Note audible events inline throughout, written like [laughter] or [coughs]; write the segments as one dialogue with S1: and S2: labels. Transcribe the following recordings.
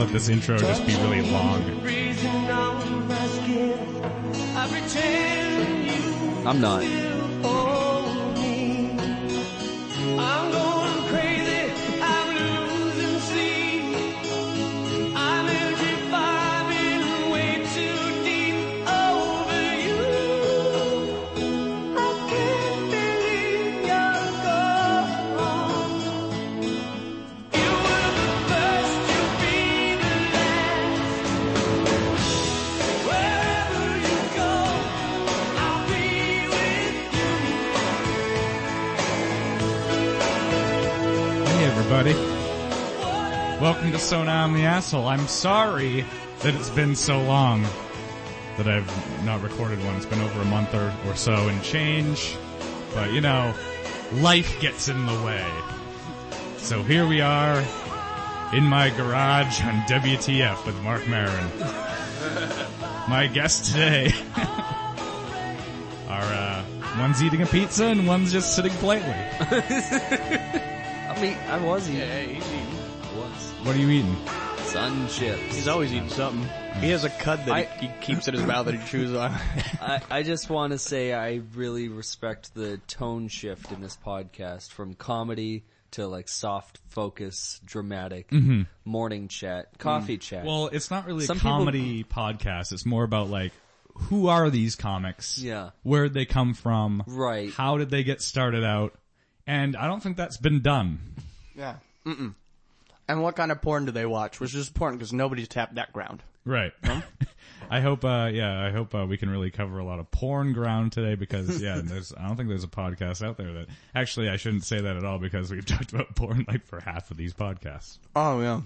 S1: of this intro just be really long.
S2: I'm not.
S1: Hey everybody. Welcome to So Now I'm the Asshole. I'm sorry that it's been so long that I've not recorded one. It's been over a month or, or so and change. But you know, life gets in the way. So here we are in my garage on WTF with Mark Marin. my guest today [laughs] are uh, one's eating a pizza and one's just sitting politely.
S2: I mean, I was eating.
S3: Yeah, he's eating.
S2: Was.
S1: What are you eating?
S2: Sun chips.
S3: He's always eating something. He has a cud that he, he keeps in his mouth that he chews on.
S2: I, I just want to say I really respect the tone shift in this podcast from comedy to like soft focus, dramatic
S3: Mm-hmm.
S2: morning chat,
S3: Mm.
S2: coffee chat.
S1: Well, it's not really
S2: Some
S1: a
S2: people-
S1: comedy podcast. It's more about like, who are these comics?
S2: Yeah.
S1: Where did they come from?
S2: Right.
S1: How did they get started out? And I don't think that's been done.
S3: yeah. Mm-mm. And what kind of porn do they watch? Which is porn because nobody's tapped that ground.
S1: Right. [laughs] I hope, uh, yeah, I hope, uh, we can really cover a lot of porn ground today because,
S3: [laughs]
S1: yeah, there's, I don't think there's a podcast out there that, actually I shouldn't say that at all because we've [laughs] talked about porn like for half of these podcasts.
S3: Oh yeah.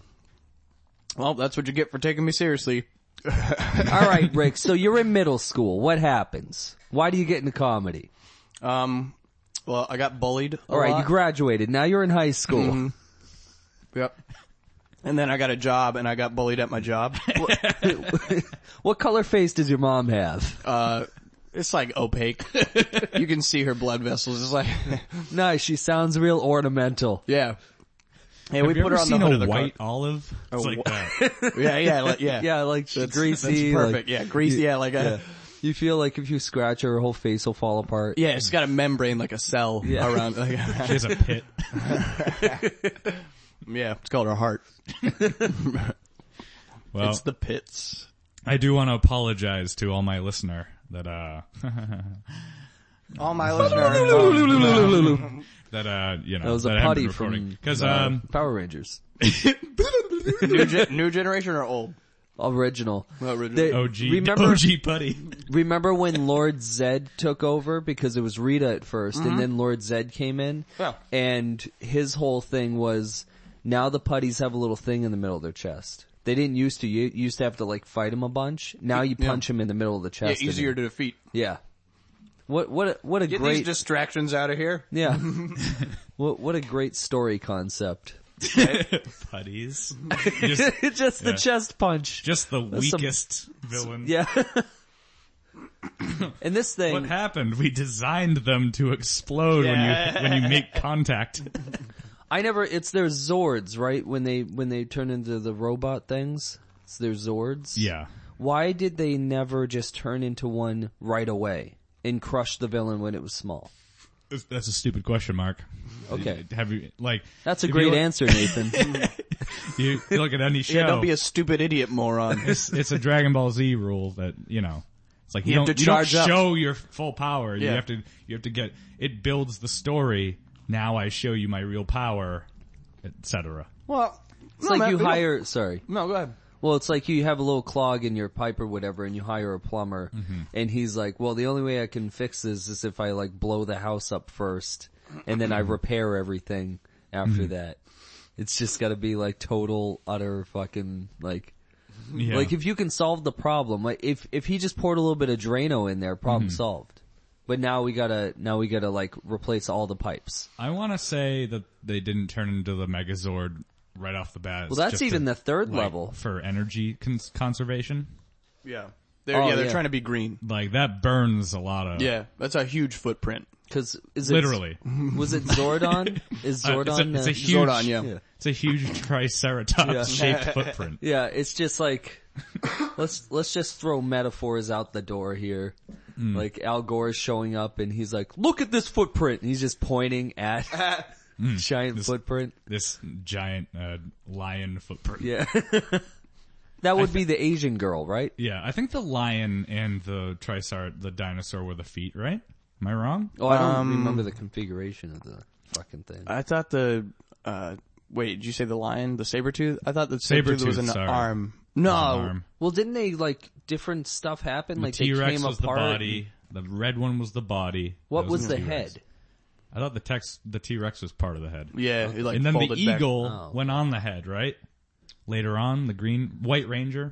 S3: Well, that's what you get for taking me seriously.
S2: All right, Rick. So you're in middle school. What happens? Why do you get into comedy?
S3: Um, well, I got bullied. a
S2: All right,
S3: lot. Mm-hmm.
S2: you graduated. Now you're in high school.
S3: Yep. And then I got a job, and I got bullied at my job.
S2: What color face does your mom have?
S3: uh, it's like opaque. you can see her blood vessels. It's like, [laughs]
S2: nice. She sounds real ornamental.
S3: yeah. Hey,
S1: Have
S3: we
S1: you
S3: put
S1: ever
S3: her on the
S1: seen
S3: hood
S1: a
S3: of the car.
S1: white olive? It's like
S3: wh-
S1: that.
S3: Yeah, yeah, like, yeah,
S2: [laughs] Yeah, like she's
S3: That's-
S2: greasy.
S3: That's
S2: like-
S3: perfect. yeah, greasy. Yeah, like a,
S2: You feel like if you scratch her, her whole face will fall apart.
S3: yeah, it's got a membrane like a cell around. Like, [laughs]
S1: She has a pit.
S3: yeah, it's called her heart.
S1: Well,
S3: It's the pits.
S1: I do want to apologize to all my listener that, uh, [laughs]
S3: All [laughs] my listeners.
S1: that uh you know
S2: That was a
S1: I haven't
S2: putty
S1: been recording
S2: from
S1: because
S2: uh,
S1: um
S2: Power Rangers.
S3: new, gen- new generation or old?
S2: Original.
S3: Original.
S2: They-
S1: OG
S2: Remember,
S1: OG putty
S2: remember when Lord Zed took over because it was Rita at 1st and then Lord Zed came in,
S3: Mm-hmm. Yeah.
S2: and his whole thing was now the putties have a little thing in the middle of their chest. They didn't used to. You you used to have to like fight him a bunch. Now you punch him in the middle of the
S3: Yeah,
S2: chest. and-
S3: easier to defeat.
S2: Yeah. What what a, what a
S3: Get
S2: great
S3: these distractions out of here. [laughs]
S2: yeah. what what a great story concept.
S1: putties
S2: [laughs]
S1: just,
S2: just the chest punch.
S1: just the
S2: That's some-
S1: weakest villain [coughs]
S2: Yeah. and this thing,
S1: what happened we designed them to explode when you when you make
S2: [laughs]
S1: contact
S2: I never, it's their Zords, right? When they, when they turn into the robot things, it's their Zords.
S1: yeah
S2: Why did they never just turn into one right away and crush the villain when it was small?
S1: That's- that's a stupid question mark
S2: Okay.
S1: have you like
S2: That's a
S1: if
S2: great
S1: you, look- [laughs]
S2: answer, Nathan.
S1: you, you look at any show
S3: Yeah, don't be a stupid idiot, moron.
S1: it's, it's a Dragon Ball Z rule that you know. It's like you,
S3: have
S1: don't,
S3: to
S1: you don't
S3: charge up.
S1: show your full power. You
S3: Yeah.
S1: have to you have to get it builds the story. Now I show you my real power, etc.
S3: [laughs] well,
S2: It's like you hire, sorry.
S3: No, go ahead.
S2: Well, it's like you have a little clog in your pipe or whatever and you hire a plumber
S1: Mm-hmm.
S2: and he's like, well, the only way I can fix this is if I like blow the house up first and then I
S1: Mm-hmm.
S2: repair everything after that. It's just gotta be like total, utter fucking like,
S1: Yeah.
S2: like if you can solve the problem, like if, if he just poured a little bit of Drano in there, problem
S1: Mm-hmm.
S2: solved. But now we gotta, now we gotta like replace all the pipes.
S1: I want to say that they didn't turn into the Megazord right off the bat.
S2: Well, that's even the third level.
S1: for energy cons- conservation.
S3: Yeah. They're,
S2: Oh,
S3: yeah, they're
S2: yeah.
S3: trying to be green.
S1: Like that burns a lot of
S3: Yeah, that's a huge footprint.
S2: Because is it
S3: [laughs]
S1: literally.
S2: was
S1: [laughs]
S2: it Zordon? Is
S1: Uh,
S2: Zordon?
S1: it's, a, it's a
S2: uh,
S1: huge
S3: Zordon, yeah. Yeah.
S1: It's a huge [laughs] triceratops shaped footprint.
S2: Yeah, it's just like let's let's just throw metaphors out the door here.
S1: Mm.
S2: Like Al Gore is showing up and he's like, "Look at this footprint." And he's just pointing
S3: [laughs]
S2: at [laughs]
S3: Mm.
S2: giant footprint.
S1: This giant uh, lion footprint.
S2: Yeah. [laughs] that would be the Asian girl, right?
S1: Yeah, I think the lion and the tricerat, the dinosaur, were the feet, right? Am I wrong?
S2: Oh, I don't
S1: Um,
S2: remember the configuration of the fucking thing.
S3: I thought the uh wait, did you say the lion, the saber tooth? I thought the saber
S1: Saber-tooth,
S3: tooth was an
S1: sorry.
S3: arm. No,
S1: Arm.
S2: well, didn't they like different stuff happen? Like
S1: T
S2: they
S1: Rex
S2: came
S1: was
S2: apart.
S1: the body. The red one was the body.
S2: What
S1: That
S2: was the
S1: T-Rex.
S2: head?
S1: I thought the text, the T Rex was part of the head.
S3: yeah, it like
S1: and then the
S3: folded back.
S1: eagle
S2: Oh.
S1: went on the head, right? Later on, the green White Ranger,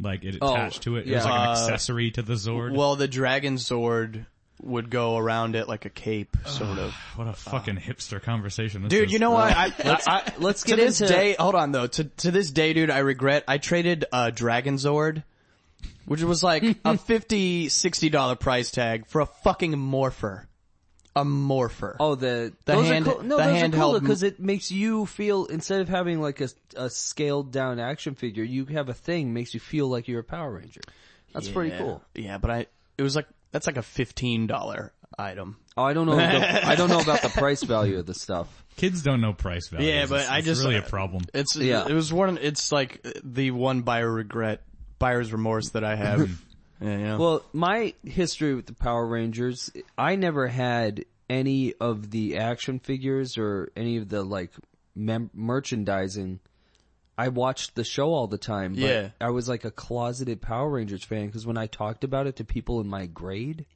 S1: like it
S2: Oh,
S1: attached to it. It
S2: yeah.
S1: was like an
S3: Uh,
S1: accessory to the Zord.
S3: Well, the dragon sword would go around it like a cape, sort of.
S1: what a fucking hipster conversation, this
S3: [sighs] Dude,
S1: is.
S3: you know [laughs] what? I, let's, I,
S2: let's
S3: to
S2: get
S3: this
S2: into-
S3: day. Hold on though. To to this day, dude, I regret I traded a Dragon Zord, which was like [laughs] a 50 60 dollar price tag for a fucking morpher, a morpher.
S2: Oh, the,
S3: The
S2: those
S3: hand-
S2: are cool. No,
S3: the
S2: those are cooler
S3: handheld-
S2: because it makes you feel instead of having like a, a scaled down action figure, you have a thing makes you feel like you're a Power Ranger. That's pretty
S3: Yeah.
S2: cool.
S3: Yeah, but I it was like that's like a fifteen dollar item.
S2: Oh, I don't know. The, I don't know about the price value of the stuff.
S1: kids don't know price value.
S3: Yeah, but
S1: it's,
S3: I
S1: it's
S3: just- uh,
S1: really a problem.
S3: It's
S2: Yeah.
S3: It was one. It's like the one buyer regret, buyer's remorse that I [laughs] have. yeah, yeah.
S2: Well, my history with the Power Rangers, I never had any of the action figures or any of the like mem- merchandising. I watched the show all the time, but
S3: Yeah.
S2: I was like a closeted Power Rangers fan because when I talked about it to people in my grade,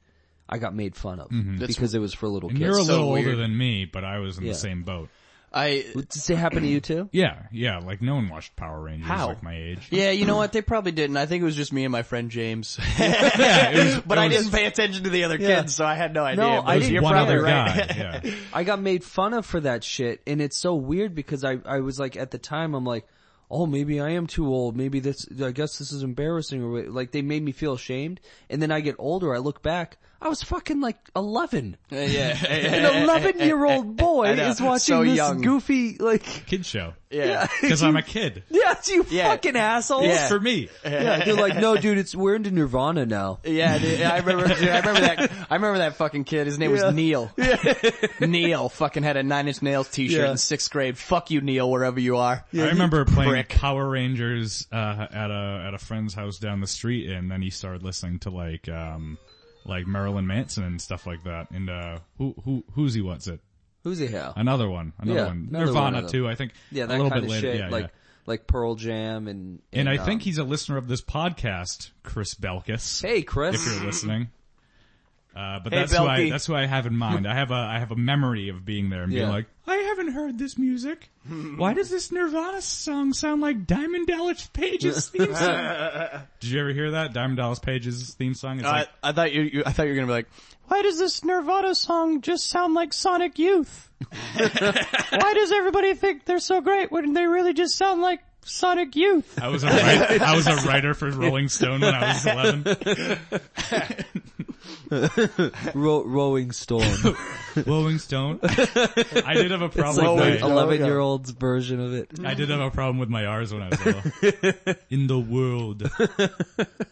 S2: I got made fun of because it was for little
S1: And
S2: kids.
S1: you're a
S3: Mm-hmm. so
S1: little older
S3: weird.
S1: than me, but I was in
S2: Yeah.
S1: the same boat.
S3: I
S2: Does it happen to you too?
S1: Yeah, yeah. Like no one watched Power Rangers
S3: How?
S1: like my age.
S3: yeah, you know what? They probably didn't. I think it was just me and my friend [laughs] James.
S1: Yeah, it was,
S3: [laughs] but
S1: it
S3: I
S1: was-
S3: didn't pay attention to the other
S2: Yeah.
S3: kids, so I had no idea.
S2: No,
S3: but
S2: I
S1: it was
S2: didn't-
S3: You're
S1: one
S3: probably
S1: other
S3: right.
S2: [laughs]
S1: guy. Yeah.
S2: I got made fun of for that shit, and it's so weird because I, I was like, at the time, I'm like, oh, maybe I am too old. Maybe this, I guess this is embarrassing, or what- like they made me feel ashamed. And then I get older, I look back, I was fucking like 11.
S3: Uh, [laughs] yeah,
S2: An 11 year old boy
S3: know,
S2: is watching
S3: so
S2: this
S3: young.
S2: goofy, like,
S1: Kid show. [laughs]
S3: yeah.
S1: Because I'm a kid.
S2: [laughs] yes, you
S3: Yeah.
S2: fucking assholes.
S3: Yeah.
S1: For me.
S2: [laughs] Yeah, they're like, no, dude, it's we're into Nirvana now.
S3: uh, Yeah, dude, I remember. Dude, I remember that. I remember that fucking kid. His name
S2: Yeah.
S3: was [laughs] Neil. Neil fucking had a Nine Inch Nails T-shirt
S2: Yeah.
S3: in sixth grade. Fuck you, Neil, wherever you are.
S1: I remember playing
S3: prick.
S1: Power Rangers uh, at a at a friend's house down the street, and then he started listening to like um like Marilyn Manson and stuff like that. And uh, who who who's he? What's it?
S2: Who's he hell?
S1: Another one. Another
S2: Yeah,
S1: one.
S2: another
S1: Nirvana
S2: one of them.
S1: too. I think.
S2: Yeah,
S1: a
S2: that
S1: little
S2: kind
S1: bit
S2: of
S1: later.
S2: shit,
S1: Yeah,
S2: like,
S1: yeah.
S2: like Pearl Jam and,
S1: And I think
S2: um,
S1: he's a listener of this podcast, Chris Belkis.
S2: Hey, Chris.
S1: if you're listening. Uh, but
S3: Hey,
S1: that's why
S3: Belky.
S1: that's why I have in mind. I have a I have a memory of being there and being
S2: Yeah.
S1: like, I haven't heard this music. Why does this Nirvana song sound like Diamond Dallas Page's theme
S3: [laughs]
S1: song? Did you ever hear that Diamond Dallas Page's theme song? It's
S3: I,
S1: like
S3: I thought you, you. I thought you were gonna be like, why does this Nirvana song just sound like Sonic Youth? why does everybody think they're so great when they really just sound like Sonic Youth?
S1: I was a writer, I was a writer for Rolling Stone when I
S3: [laughs]
S1: was eleven.
S2: Ro- Rowing Storm.
S1: Rolling Stone. I did have a problem.
S3: Rolling
S1: with
S2: the
S1: my,
S3: Stone.
S2: eleven year old's Oh, version of it.
S1: I did have a problem with my R's when I was little.
S3: [laughs]
S1: In the world.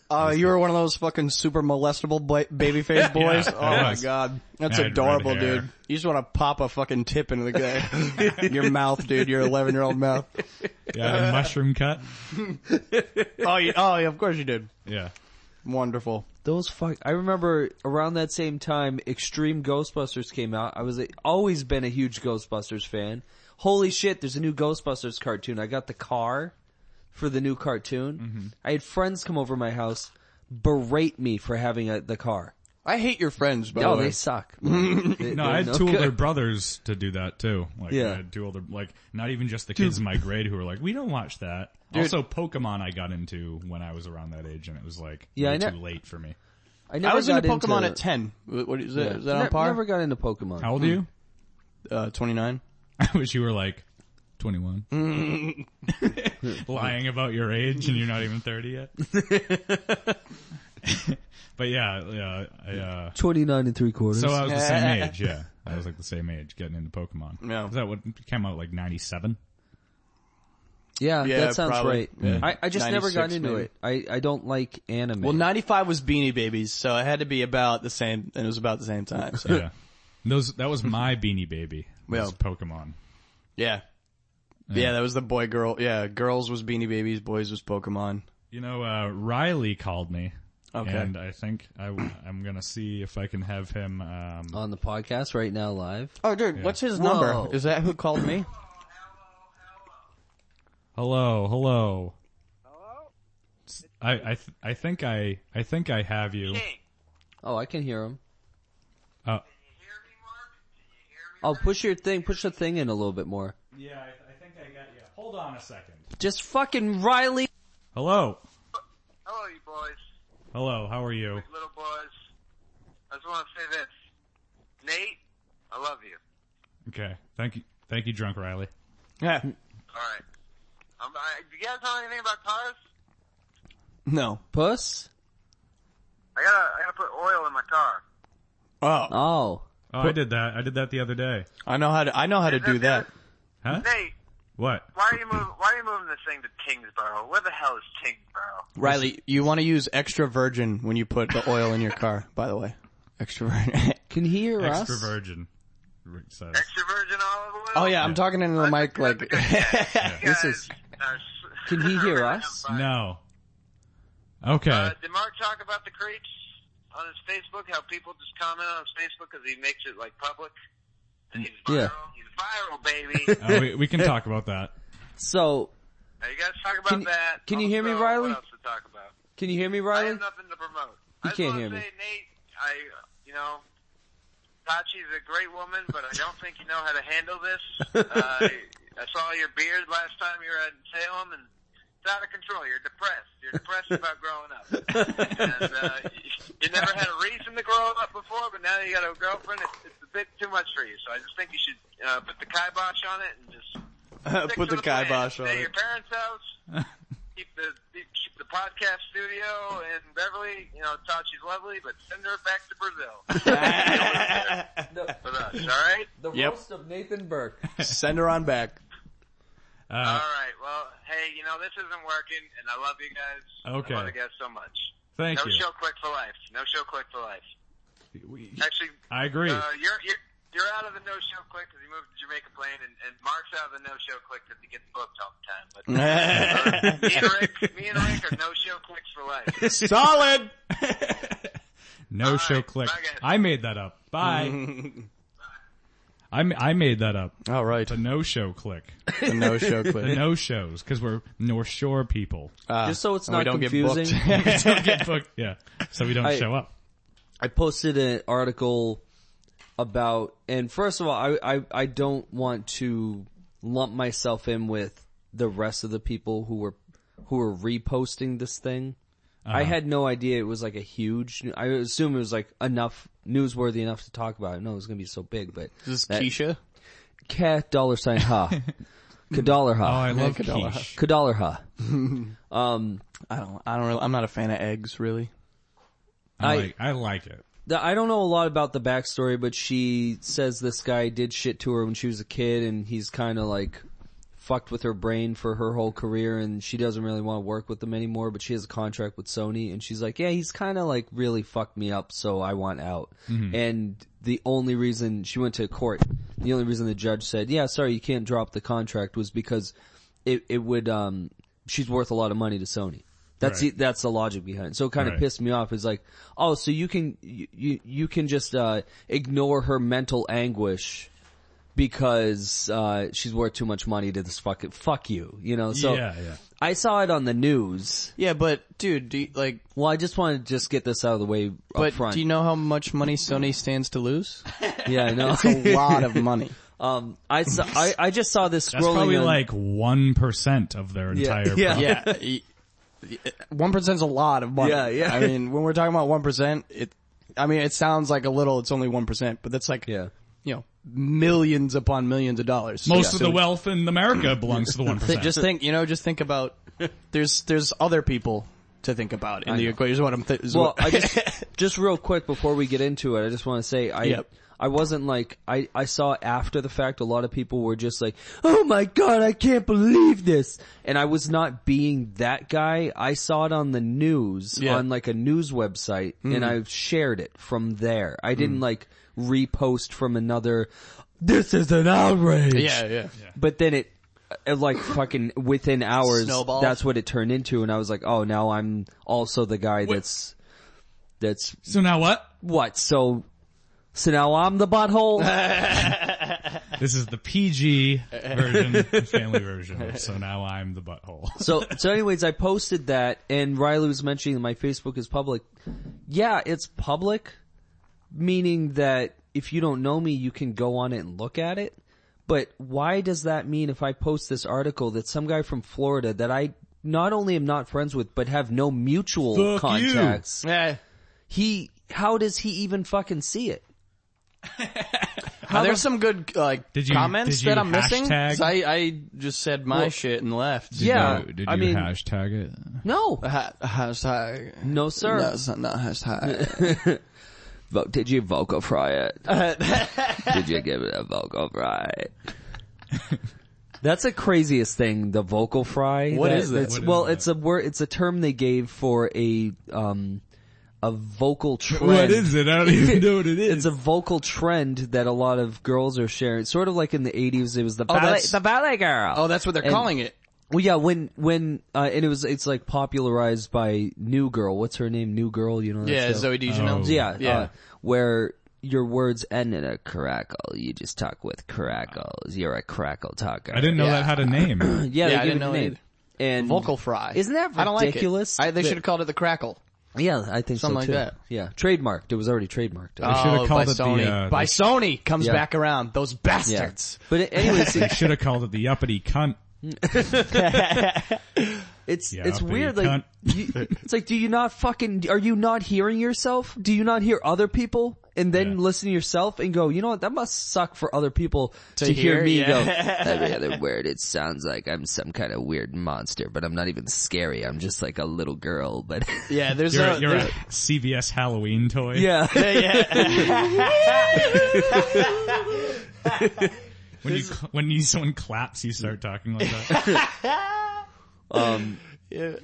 S3: Uh, you were one of those fucking super molestable ba- [laughs] baby face boys.
S1: I
S3: oh my
S1: was.
S3: god. That's
S1: I had red
S3: adorable,
S1: hair.
S3: dude. You just want to pop a fucking tip into the guy. [laughs] your mouth, dude, your 11 year old mouth.
S1: Yeah, a mushroom cut.
S3: Oh, you, oh, yeah, of course you did.
S1: Yeah.
S3: Wonderful.
S2: Those fuck. I remember around that same time, Extreme Ghostbusters came out. I was a, always been a huge Ghostbusters fan. Holy shit! There's a new Ghostbusters cartoon. I got the car for the new cartoon.
S1: Mm-hmm.
S2: I had friends come over my house, berate me for having a, the car.
S3: I hate your friends, by
S2: Oh,
S3: the
S2: [laughs]
S3: way.
S2: they suck. They-
S1: No,
S2: they're
S1: I had two
S2: good. [laughs]
S1: older brothers to do that too. Like,
S2: Yeah.
S1: I had two older, like, not even just the kids in my grade who were like, we don't watch that. Also, Pokemon I got into when I was around that age and it was like,
S2: Yeah,
S1: way
S2: I know-
S1: too late for me.
S2: I never
S3: I was
S2: got
S3: into Pokemon
S2: into,
S3: at 10. Wh- What is that? Is
S2: I
S3: that on par?
S1: [laughs]
S2: Hmm. Never got into Pokemon.
S1: How old are you?
S3: Uh, 29.
S1: I wish you were like
S2: [laughs]
S1: 21. Lying about your age and you're not even 30 yet.
S2: [laughs]
S1: [laughs] but yeah, yeah, I, uh,
S2: 29 and three quarters.
S1: so I was the
S2: [laughs]
S1: same age, yeah. I was like the same age getting into Pokemon.
S3: Yeah.
S1: Is that what came out like 97?
S2: yeah,
S3: Yeah,
S2: that sounds
S3: probably.
S2: right. I, I just never got
S3: 96
S2: into
S3: maybe.
S2: it. I, I don't like anime.
S3: Well, 95 was Beanie Babies, so it had to be about the same, and it was about the same time, [laughs] so.
S1: Yeah. [laughs] Those, that was my Beanie Baby. Was
S3: Yeah.
S1: Pokemon.
S3: Yeah. Yeah, that was the boy girl. Yeah, girls was Beanie Babies, boys was Pokemon.
S1: You know, uh, Riley called me.
S3: Okay.
S1: And I think I, [clears throat] am gonna see if I can have him, um,
S2: on the podcast right now live.
S3: Oh, dude, what's his
S2: Whoa.
S3: number? Is that who called me?
S1: hello, hello. S- I, I, th- I think I, I think I have you.
S2: Oh, I can hear him.
S1: Uh,
S2: Oh, push your thing, push the thing in a little bit more.
S1: yeah, I, I think I got you. Hold on a second.
S2: Just fucking Riley.
S1: Hello.
S4: Hello, you boys,
S1: Hello, how are you?
S4: little boys. I just want to say this. Nate, I love you.
S1: Okay. Thank you. Thank you, Drunk Riley.
S3: Yeah.
S4: Alright. Um, I, do you guys know anything about cars?
S3: No.
S2: Puss?
S4: I gotta, I gotta put oil in my car.
S3: Oh,
S2: Oh.
S1: Oh, I did that. I did that the other day.
S3: I know how to, I know how to do that.
S1: Huh?
S4: Nate,
S1: What?
S4: why are you moving, why are you moving this thing to Kingsborough? Where the hell is Kingsborough?
S3: Riley, you want to use extra virgin when you put the oil in your car, by the way. Extra virgin. [laughs]
S2: Can he hear us?
S1: Extra virgin. Rick says.
S4: Extra virgin olive oil?
S3: oh yeah, I'm talking into the mic like,
S4: You guys
S2: This is-
S4: are s-
S2: Can
S4: [laughs]
S2: he hear us?
S1: No. Okay.
S4: Uh, did Mark talk about the creeps on his Facebook? How people just comment on his Facebook because he makes it like public. And he's viral.
S2: Yeah.
S4: He's viral,
S2: [laughs]
S4: baby.
S1: Uh, we, we can talk about that.
S2: So,
S4: now you guys talk about
S2: Can you-
S4: that.
S2: can you hear me,
S4: Also,
S2: Riley?
S4: What else to talk about?
S2: can you hear me,
S4: I
S2: Riley?
S4: have nothing to promote.
S2: You
S4: I just
S2: can't
S4: wanna
S2: hear me.
S4: say, Nate, I, uh, you know, Tachi's a great woman, but I don't think you know how to handle
S2: [laughs]
S4: this. uh, I saw your beard last time you were at Salem, and it's out of control. You're depressed. You're
S2: [laughs]
S4: depressed about growing up. and, uh, you, you never had a reason to grow up before, but now you got a girlfriend. It's, it's a bit too much for you. So I just think you should uh, put the kibosh on it and just stick
S3: [laughs] put
S4: to
S3: the
S4: plan.
S3: kibosh on
S4: Stay at
S3: it.
S4: your parents'
S1: [laughs]
S4: house keep the keep the podcast studio in Beverly. You know, Tachi's lovely, but send her back to
S1: [laughs]
S4: Brazil [laughs]
S2: The,
S4: with us. All right,
S2: the
S3: Yep.
S2: roast of Nathan Burke.
S3: Send her on back.
S4: all
S1: Uh,
S4: right. Well, hey, you know this isn't working, and I love you guys.
S1: Okay.
S4: I love you guys so much.
S1: thank
S4: [laughs] no
S1: you.
S4: show click for life. No show click for life.
S1: We-
S4: Actually,
S1: I agree.
S4: uh, you're you're. You're out of the no show click because you moved to Jamaica Plain, and, and Mark's out of the no show click because he gets booked all the time. But uh, me, and Rick, me and Rick are no show clicks for life.
S3: Solid!
S1: no show
S4: right,
S1: click.
S4: bye, guys.
S1: I made that up.
S2: [laughs]
S1: Bye. I, m- I made that up.
S3: All right.
S1: The no show click.
S3: The no show [laughs]
S1: The
S3: clip.
S1: no shows because we're North Shore
S2: [laughs]
S1: people.
S2: Just so it's
S3: Ah. And we
S2: not
S3: don't get
S2: confusing.
S3: booked.
S1: Don't get booked. Yeah. So we don't
S2: I-
S1: show up.
S2: I posted an article about, and first of all, I, I, I don't want to lump myself in with the rest of the people who were, who were reposting this thing.
S1: Uh-huh.
S2: I had no idea it was like a huge, I assume it was like enough, newsworthy enough to talk about. I know it was going to be so big, but
S3: [laughs] This is
S2: that-
S3: Keisha.
S2: cat dollar sign ha.
S1: [laughs]
S2: Kadollar
S1: Oh,
S2: ha.
S1: I love
S3: Kadala.
S1: quiche.
S2: Kadollar ha. Um,
S3: I don't, I don't really, I'm not a fan of eggs, really.
S1: I
S2: I-
S1: like, I like it.
S2: The- I don't know a lot about the backstory, but she says this guy did shit to her when she was a kid and he's kinda like fucked with her brain for her whole career and she doesn't really want to work with him anymore, but she has a contract with Sony and she's like, yeah, he's kinda like really fucked me up, so I want out. And the only reason she went to court, the only reason the judge said, yeah, sorry, you can't drop the contract was because it, it would, um, she's worth a lot of money to Sony. That's
S1: Right.
S2: the, that's the logic behind it. So it kind
S1: Right.
S2: of pissed me off. Is like, oh, so you can you you- you can just uh, ignore her mental anguish because uh, she's worth too much money to this fucking fuck you, you know. So
S1: Yeah, yeah.
S2: I saw it on the news.
S3: Yeah, but dude, do you, like,
S2: Well, I just want to just get this out of the way up
S3: but
S2: front.
S3: do you know how much money Sony stands
S2: [laughs]
S3: to lose?
S2: yeah,
S3: [laughs]
S2: I know.
S3: A lot of money.
S2: um, I saw I, I just saw this scrolling.
S1: That's probably
S2: on-
S1: like 1% of their
S2: Yeah,
S1: entire
S2: yeah.
S3: [laughs] yeah. One percent's a lot of money.
S2: Yeah, yeah.
S3: I mean, when we're talking about one percent, it, I mean, it sounds like a little. It's only one percent, but that's like
S2: yeah.
S3: you know, millions upon millions of dollars.
S1: Most
S3: Yeah.
S1: of
S3: So
S1: the wealth in America belongs to
S2: [laughs]
S1: the one
S3: th-
S1: percent.
S3: just think, you know, just think about, there's, there's other people to think about in the equation is what I'm, th- is
S2: Well,
S3: [laughs] what-
S2: I just just real quick before we get into it, I just want to say I
S3: Yep.
S2: I wasn't like I I saw after the fact a lot of people were just like, "Oh my god, I can't believe this." And I was not being that guy. I saw it on the news
S3: Yeah. Mm.
S2: on like a news website and I shared it from there. I didn't like repost from another this is an outrage.
S3: yeah, yeah.
S2: But then it, it like fucking within hours,
S3: Snowballed.
S2: that's what it turned into, and I was like, oh, now I'm also the guy that's, that's,
S1: so now what?
S2: what, so, so now I'm the butthole?
S1: This is the PG version, family version. So now I'm the butthole.
S2: so, so anyways, I posted that, and Riley was mentioning that my Facebook is public. Yeah, it's public, meaning that if you don't know me, you can go on it and look at it. But why does that mean if I post this article that some guy from Florida that I not only am not friends with, but have no mutual
S1: Fuck you.
S2: contacts,
S3: Yeah.
S2: he how does he even fucking see it?
S3: Now, there's some good like
S1: Did you-
S3: comments
S1: did you
S3: that I'm missing.
S1: hashtag?
S3: 'Cause I I just said my
S2: Well-
S3: shit and left.
S2: yeah,
S1: Did you
S2: I mean,
S1: hashtag it?
S2: no,
S3: Ha- hashtag.
S2: no sir.
S3: it's not, not hashtag.
S2: Vo- Did you vocal fry [laughs] it? Did you give it a vocal fry? [laughs] That's the craziest thing, the vocal fry.
S3: What
S2: What is
S3: is that?
S2: It's,
S1: What is
S2: well,
S1: that?
S2: it's a word, it's a term they gave for a, um, a vocal trend.
S1: What is it? I don't even know what it is.
S2: It's a vocal trend that a lot of girls are sharing. Sort of like in the 80s, it was Oh, the ballet,
S3: that's-
S2: the ballet girl.
S3: oh, that's what they're
S2: And-
S3: calling it.
S2: Well, yeah, when when uh, and it was it's like popularized by New Girl. What's her name? New Girl. You know. That
S3: Yeah,
S2: show?
S3: Zoe
S1: Oh.
S3: Dejanel.
S2: Yeah, yeah.
S3: Yeah.
S2: Uh, where your words end in a crackle, you just talk with crackles. You're a crackle talker.
S1: I didn't know that had a name.
S2: [clears throat] Yeah, they
S3: Yeah, I
S2: give
S3: didn't
S2: it a
S3: know
S2: name.
S3: either.
S2: And
S3: Vocal fry.
S2: Isn't that
S3: I don't like it.
S2: ridiculous?
S3: I, they
S2: That-
S3: should have called it the crackle.
S2: Yeah, I think
S3: Something
S2: so
S3: like
S2: too.
S3: that.
S2: Yeah, trademarked. It was already trademarked.
S1: They should have
S3: Oh,
S1: called
S3: by
S1: it
S3: Sony.
S1: the, uh,
S3: by
S1: they
S3: Sony comes
S2: Yeah.
S3: back around. Those
S2: yeah.
S3: bastards.
S2: But anyways,
S3: [laughs]
S2: it-
S1: should have called it the uppity cunt.
S2: It's
S1: Yeah,
S2: it's
S1: but
S2: weird.
S1: you
S2: Like you, it's like, do you not fucking? Are you not hearing yourself? Do you not hear other people? And then
S1: Yeah.
S2: listen to yourself and go, you know what? That must suck for other people to, hear,
S3: hear,
S2: me
S3: yeah.
S2: go. [laughs] Every other word, it sounds like I'm some kind of weird monster, but I'm not even scary. I'm just like a little girl. But [laughs]
S3: Yeah, there's
S1: You're,
S3: a,
S1: a, you're a
S3: there's-
S1: CVS Halloween toy.
S2: yeah,
S1: When you cl- when you someone claps, you start talking like that.
S2: Um,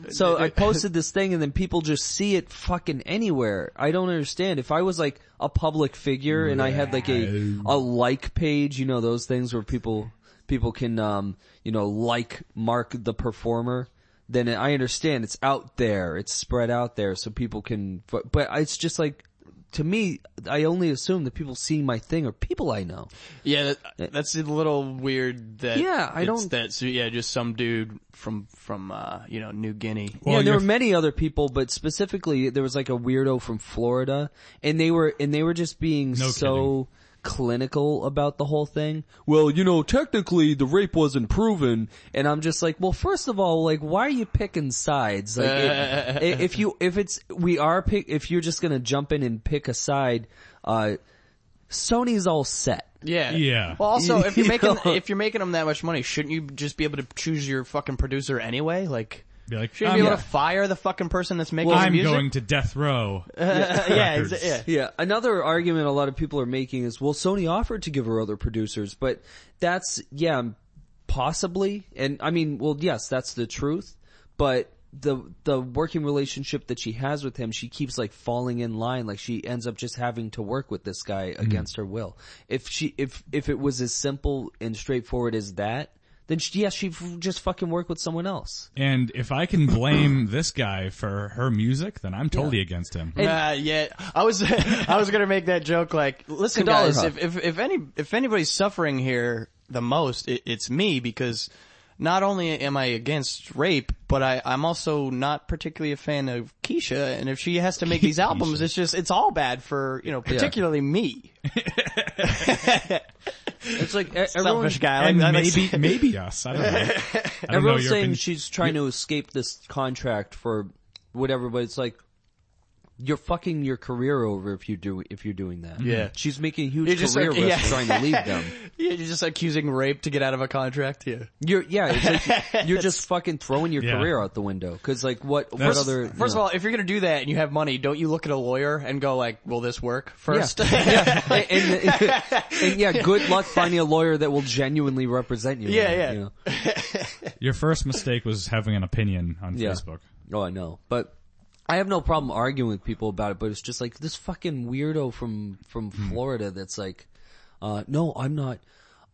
S2: So I posted this thing and then people just see it fucking anywhere. I don't understand. If I was like a public figure and I had like a, a like page, you know, those things where people, people can, um, you know, like mark the performer, then I understand it's out there. It's spread out there so people can, but, but it's just like, to me, I only assume that people seeing my thing are people I know.
S3: yeah. That, that's a little weird. That
S2: Yeah, I
S3: it's
S2: don't-
S3: That so yeah, just some dude from from uh you know New Guinea.
S1: Well,
S2: yeah, there
S1: you're-
S2: were many other people, but specifically there was like a weirdo from Florida and they were, and they were just being
S1: No
S2: so clinical about the whole thing. Well, you know, technically the rape wasn't proven. And I'm just like, well, first of all, like, why are you picking sides? Like,
S1: [laughs]
S2: i- i- if you, if it's, we are pick, if you're just going to jump in and pick a side, uh, Sony's all set.
S3: Yeah.
S1: Yeah.
S3: Well, also, if you're
S2: You
S3: making
S2: know?
S3: if you're making them that much money, shouldn't you just be able to choose your fucking producer anyway? Like,
S1: Be like,
S3: shouldn't
S1: um,
S3: you be able
S1: yeah.
S3: to fire the fucking person that's making the
S1: I'm
S3: music?
S1: going to death row.
S3: yeah,
S1: records.
S3: exa- yeah.
S2: Yeah, another argument a lot of people are making is, well, Sony offered to give her other producers, but that's, yeah, possibly, and I mean, well, yes, that's the truth, but the, the working relationship that she has with him, she keeps like falling in line, like she ends up just having to work with this guy against her will. If she, if, if it was as simple and straightforward as that, then she, yeah, she'd f- just fucking work with someone else.
S1: And if I can blame this guy for her music, then I'm totally against him.
S3: Nah, Uh, yeah, I was [laughs] I was gonna make that joke. Like, listen,
S2: Dollar
S3: guys,
S2: Hub.
S3: if, if if any if anybody's suffering here the most, it, it's me because not only am I against rape, but I I'm also not particularly a fan of Keisha. And if she has to make these albums, it's just it's all bad for you know particularly me.
S2: It's like, e- everyone,
S3: Selfish guy.
S1: and
S3: like, like-
S1: maybe maybe us. I don't know. I don't know
S2: Everyone's
S1: your
S2: saying
S1: opinion.
S2: she's trying to escape this contract for whatever, but it's like, you're fucking your career over if you do if you're doing that.
S3: Yeah.
S2: She's making a huge career
S3: You're just like-
S2: risk
S3: yeah.
S2: trying to leave
S3: [laughs]
S2: them.
S3: Yeah, you're just accusing rape to get out of a contract. Yeah.
S2: You're yeah, it's
S3: [laughs]
S2: like, you're just fucking throwing your
S1: Yeah.
S2: career out the window. Cause like what
S1: That's-
S2: what other
S3: [laughs] First
S2: you know.
S3: of all, if you're gonna do that and you have money, don't you look at a lawyer and go like, "Will this work?" First.
S2: [laughs]
S3: [laughs]
S2: yeah, yeah. And, and- and, yeah, good luck finding a lawyer that will genuinely represent you.
S3: Yeah, yeah.
S2: you know.
S1: Your first mistake was having an opinion on
S2: Yeah.
S1: Facebook.
S2: Oh, I know, but I have no problem arguing with people about it. But it's just like this fucking weirdo from from
S1: Hmm.
S2: Florida that's like, uh, no, I'm not,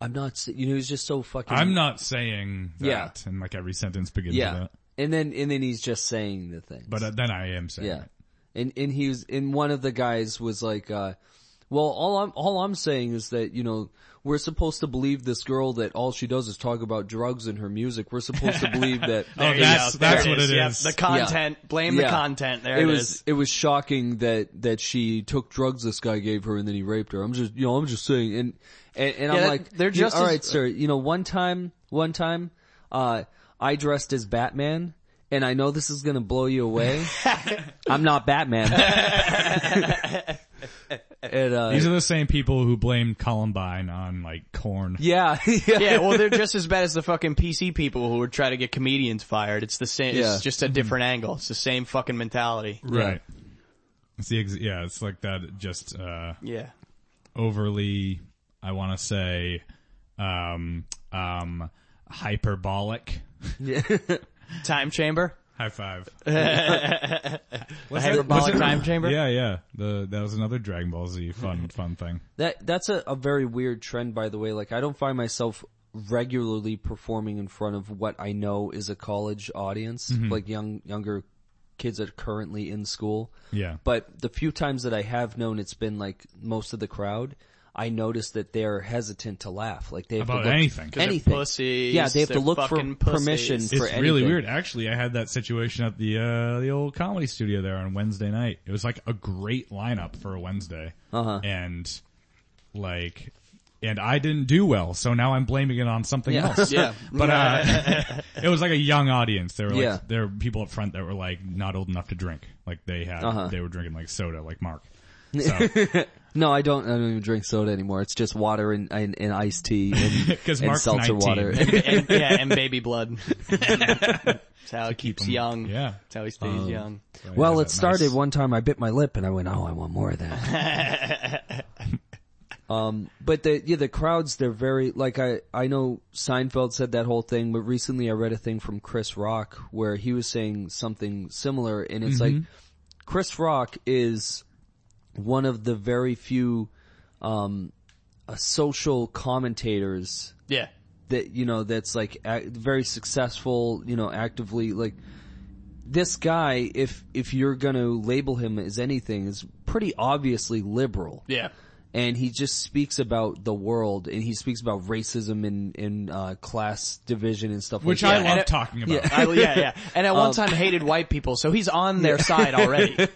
S2: I'm not. s- You know, he's just so fucking.
S1: I'm not saying that, and like every sentence begins with
S2: Yeah,
S1: that.
S2: and then and then he's just saying the thing.
S1: But uh, then I am saying
S2: Yeah.
S1: it.
S2: And and he was and one of the guys was like, uh, well, all I'm all I'm saying is that you know we're supposed to believe this girl that all she does is talk about drugs in her music. We're supposed to believe that.
S1: [laughs] Oh,
S3: There you
S1: that's
S3: go.
S1: that's
S3: There
S1: what it is.
S3: Yep, The content. Blame the
S2: Yeah.
S3: content. There
S2: it
S3: it
S2: was
S3: is.
S2: it was shocking that that she took drugs this guy gave her and then he raped her. I'm just you know I'm just saying and and, and
S3: Yeah,
S2: I'm
S3: that-
S2: like
S3: they're
S2: you-
S3: just
S2: all
S3: as-
S2: right sir. You know one time one time uh I dressed as Batman and I know this is gonna blow you
S3: [laughs]
S2: away. I'm not Batman. and, uh,
S1: These are the same people who blamed Columbine on like corn.
S2: yeah, [laughs] yeah,
S3: yeah, well, they're just as bad as the fucking PC people who would try to get comedians fired. It's the same.
S2: Yeah. Mm-hmm.
S3: It's just a different angle. It's the same fucking mentality.
S1: Right. It's the ex- yeah, it's like that just uh
S3: Yeah.
S1: overly I want to say um um hyperbolic.
S3: Time chamber.
S1: High
S2: [laughs]
S1: five.
S3: The hyperbolic time chamber.
S1: Yeah, yeah. The that was another Dragon Ball Z fun fun thing.
S2: That that's a, a very weird trend, by the way. Like I don't find myself regularly performing in front of what I know is a college audience,
S1: Mm-hmm.
S2: like young younger kids that are currently in school.
S1: Yeah.
S2: But the few times that I have known, it's been like most of the crowd. I notice that they're hesitant to laugh. Like they have
S1: About
S2: to look,
S1: anything. 'Cause
S3: they're
S2: anything.
S3: pussies,
S2: yeah, they have to
S3: they're
S2: look for
S3: fucking
S2: permission
S3: pussies.
S2: for
S1: It's
S2: anything.
S1: really weird. Actually, I had that situation at the uh, the old comedy studio there on Wednesday night. It was like a great lineup for a Wednesday, uh-huh. and like, and I didn't do well, so now I'm blaming it on something
S2: [laughs] Yeah.
S1: else.
S3: Yeah.
S1: [laughs] But uh, [laughs] it was like a young audience. There were like,
S2: Yeah.
S1: there were people up front that were like not old enough to drink. Like they had
S2: Uh-huh.
S1: they were drinking like soda, like Mark. [laughs] So,
S2: No, I don't. I don't even drink soda anymore. It's just water and and, and iced tea and,
S1: 'Cause
S2: and
S1: Mark's
S2: seltzer
S1: 19.
S2: water.
S1: [laughs]
S3: and, yeah, and baby blood. That's how it keeps
S1: 'em-
S3: young.
S1: yeah.
S3: That's how he stays
S2: Um,
S3: young.
S2: Well,
S1: yeah,
S2: it
S1: that
S2: started
S1: nice-
S2: one time I bit my lip and I went, oh, I want more of that.
S1: [laughs]
S2: um, but the, yeah, the crowds, they're very, like I, I know Seinfeld said that whole thing, but recently I read a thing from Chris Rock where he was saying something similar and it's like,
S1: Mm-hmm.
S2: Chris Rock is one of the very few, um, uh, social commentators
S3: Yeah.
S2: that you know that's like ac very successful you know actively like this guy if if you're going to label him as anything is pretty obviously liberal
S3: Yeah.
S2: and he just speaks about the world and he speaks about racism and and uh class division and stuff
S1: which
S2: like
S1: I
S2: that
S1: love
S3: and it-
S1: talking about.
S2: Yeah.
S3: I, yeah, [laughs] yeah. And at one time hated white people, so he's on their side already.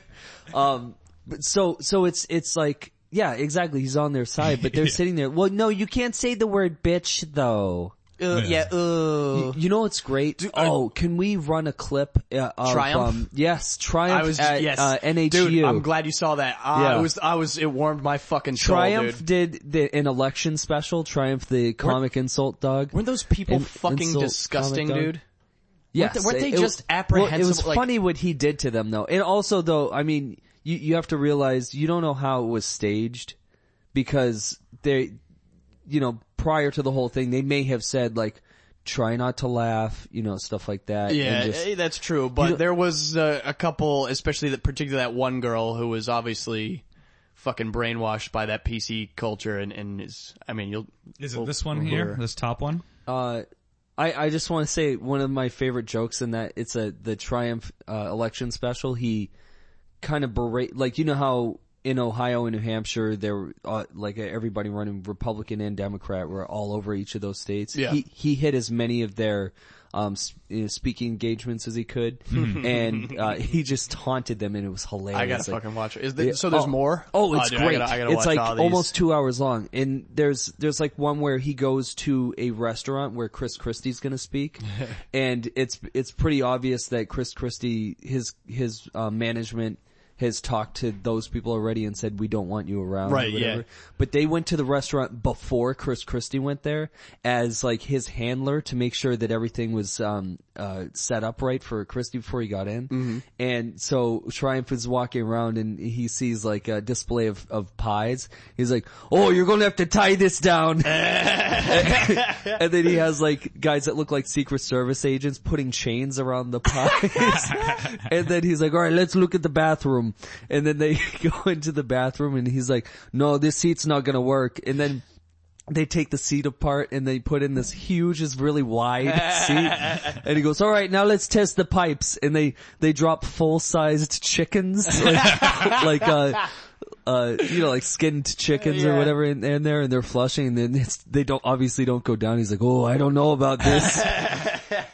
S2: But so so it's it's like yeah exactly he's on their side
S3: [laughs]
S2: but they're sitting there well no you can't say the word bitch though
S3: Ooh,
S1: Yeah.
S3: [laughs] yeah, ooh.
S2: You know what's great? oh, can we run a clip uh, of
S3: Triumph?
S2: Um, yes, Triumph
S3: I was
S2: at
S3: yes,
S2: uh, NHU.
S3: Dude, I'm glad you saw that. I
S2: Yeah.
S3: was, I was. It warmed my fucking soul,
S2: Triumph
S3: dude.
S2: did the, an election special. Triumph, the comic insult dog.
S3: Weren't those people
S2: And-
S3: fucking
S2: insult
S3: disgusting,
S2: comic dog.
S3: dude?
S2: Yes,
S3: they- weren't they
S2: it- it-
S3: just
S2: Well, it was
S3: apprehensive, like-
S2: funny what he did to them, though. And also, though, I mean, you you have to realize you don't know how it was staged because they, you know, prior to the whole thing, they may have said like, "Try not to laugh," you know, stuff like that. and
S3: Yeah,
S2: just-
S3: eh, that's true. But there was uh, a couple, especially that particularly that one girl who was obviously fucking brainwashed by that PC culture, and, and is. I mean, you'll.
S1: Is it
S3: we'll-
S1: this one
S3: we'll-
S1: here? This top one?
S2: Uh, I, I just want to say one of my favorite jokes in that it's a, the Triumph, uh, election special. He kind of berate, like, you know how in Ohio and New Hampshire, there were, uh, like everybody running Republican and Democrat were all over each of those states.
S3: Yeah.
S2: He, he hit as many of their, um, s- you know, speaking engagements as he could.
S3: [laughs]
S2: and, uh, he just taunted them and it was hilarious.
S3: Hmm. I gotta
S2: Like,
S3: fucking watch it. Is there,
S2: yeah.
S3: So there's
S2: Oh.
S3: more.
S2: Oh, it's
S3: dude,
S2: great.
S3: I gotta, I gotta
S2: it's
S3: watch
S2: like
S3: all these.
S2: almost two hours long, and there's there's like one where he goes to a restaurant where Chris Christie's going to
S3: [laughs]
S2: speak, and it's it's pretty obvious that Chris Christie his his uh, management has talked to those people already and said, we don't want you around. or
S3: Right, yeah.
S2: whatever. But they went to the restaurant before Chris Christie went there as like his handler to make sure that everything was, um, uh, set up right for Christie before he got in. And so Triumph is walking around and he sees like a display of, of pies. He's like, oh, you're going to have to tie this down. and then he has like guys that look like Secret Service agents putting chains around the pies. [laughs] and then he's like, all right, let's look at the bathroom. And then they [laughs] go into the bathroom and he's like, no, this seat's not going to work. And then they take the seat apart and they put in this huge, is really wide seat. And he goes, all right, now let's test the pipes. And they, they drop full sized chickens, [laughs] like, like, uh, uh, you know, like skinned chickens or
S3: Yeah.
S2: whatever in, in there and they're flushing and then it's, they don't, obviously don't go down. He's like, oh, I don't know about this.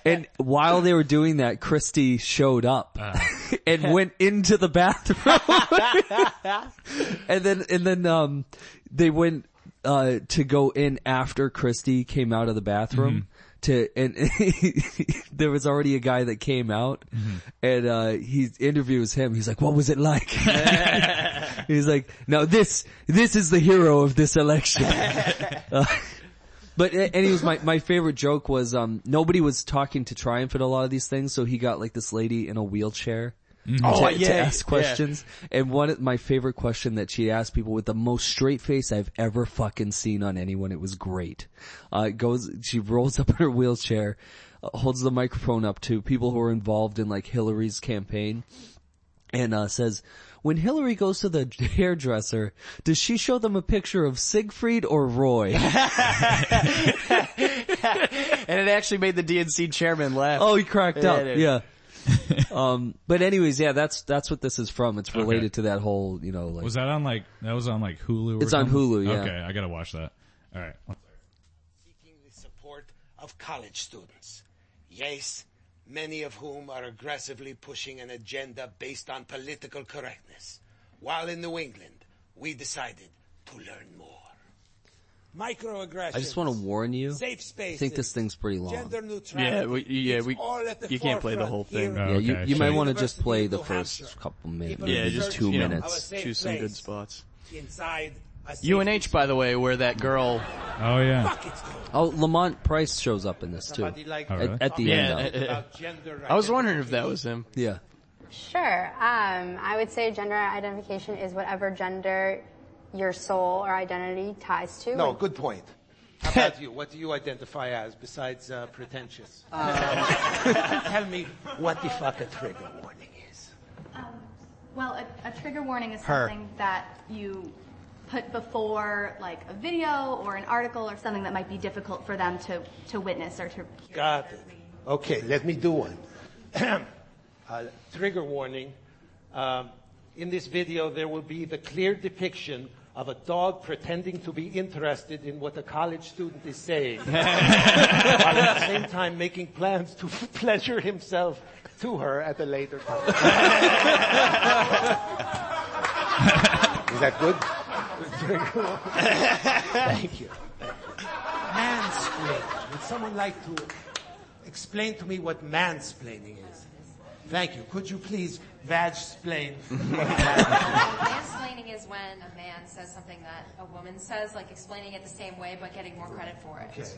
S2: and while they were doing that, Christy showed up [laughs] and went into the bathroom. [laughs] and then, and then, um, they went, uh, to go in after Christy came out of the bathroom. To, and [laughs] there was already a guy that came out and, uh, he interviews him. He's like, what was it like? [laughs] He's like, now this, this is the hero of this election. Uh, but a- anyways, my, my favorite joke was, um, nobody was talking to Triumph at a lot of these things, so he got like this lady in a wheelchair.
S3: Oh,
S2: To ask questions. And one of my favorite question that she asked people with the most straight face I've ever fucking seen on anyone. It was great. Uh, it goes, she rolls up in her wheelchair, uh, holds the microphone up to people who are involved in like Hillary's campaign and uh, says, when Hillary goes to the [laughs] hairdresser, does she show them a picture of Siegfried or Roy?
S3: And it actually made the DNC chairman laugh.
S2: oh, he cracked
S3: Yeah,
S2: up.
S3: dude.
S2: Yeah. um, but anyways, yeah, that's, that's what this is from. It's related
S1: Okay.
S2: to that whole, you know, like,
S1: Was that on like that was on like Hulu? Or
S2: It's on
S1: something?
S2: Hulu, yeah.
S1: Okay, I gotta watch that. All right.
S5: seeking the support of college students. Yes, many of whom are aggressively pushing an agenda based on political correctness. While in New England, we decided to learn more. Microaggressions.
S2: I just want to warn you.
S5: Safe spaces.
S2: I think this thing's pretty long.
S5: Gender neutrality.
S3: Yeah, we, yeah,
S5: It's
S3: we,
S5: all at the
S3: you can't play the
S5: forefront
S3: whole thing.
S5: here.
S1: Oh,
S2: yeah, you,
S1: okay,
S2: you
S1: sure.
S2: might want to
S5: University
S2: just play
S5: of
S2: the
S5: New
S2: first
S5: Hampshire.
S2: couple minutes,
S5: Even
S2: maybe
S3: yeah,
S5: Research,
S3: just
S2: two
S3: you know,
S2: minutes.
S5: Our safe
S3: choose some
S5: place.
S3: good spots.
S5: Inside a safe
S3: UNH, by the way, where that girl,
S1: Oh yeah.
S5: bucket's cold.
S2: Oh, Lamont Price shows up in this too.
S5: Somebody like
S1: Oh,
S5: to
S1: really?
S2: At, at the
S3: Yeah,
S2: end,
S3: uh, [laughs]
S2: though.
S5: talk about gender
S3: I was wondering if that was him.
S2: Yeah.
S6: Sure. Um, I would say gender identification is whatever gender your soul or identity ties to.
S7: No, good point. How about you? What do you identify as besides uh, [laughs] pretentious? tell me what the fuck a trigger warning is.
S8: Well, a, a trigger warning is
S3: Her.
S8: something that you put before like a video or an article or something that might be difficult for them to, to witness or to hear.
S7: Got it. Okay, let me do one. [clears throat] uh, trigger warning. Um, in this video, there will be the clear depiction of a dog pretending to be interested in what a college student is saying, while at the same time making plans to [laughs] pleasure himself to her at a later time. is that good? [laughs] Trigger warning. Thank you. Mansplaining. Would someone like to explain to me what mansplaining is? Thank you. Could you please vag-splain?
S9: Mansplaining is when a man says something that a woman says, like explaining it the same way but getting more credit for it.
S7: Okay.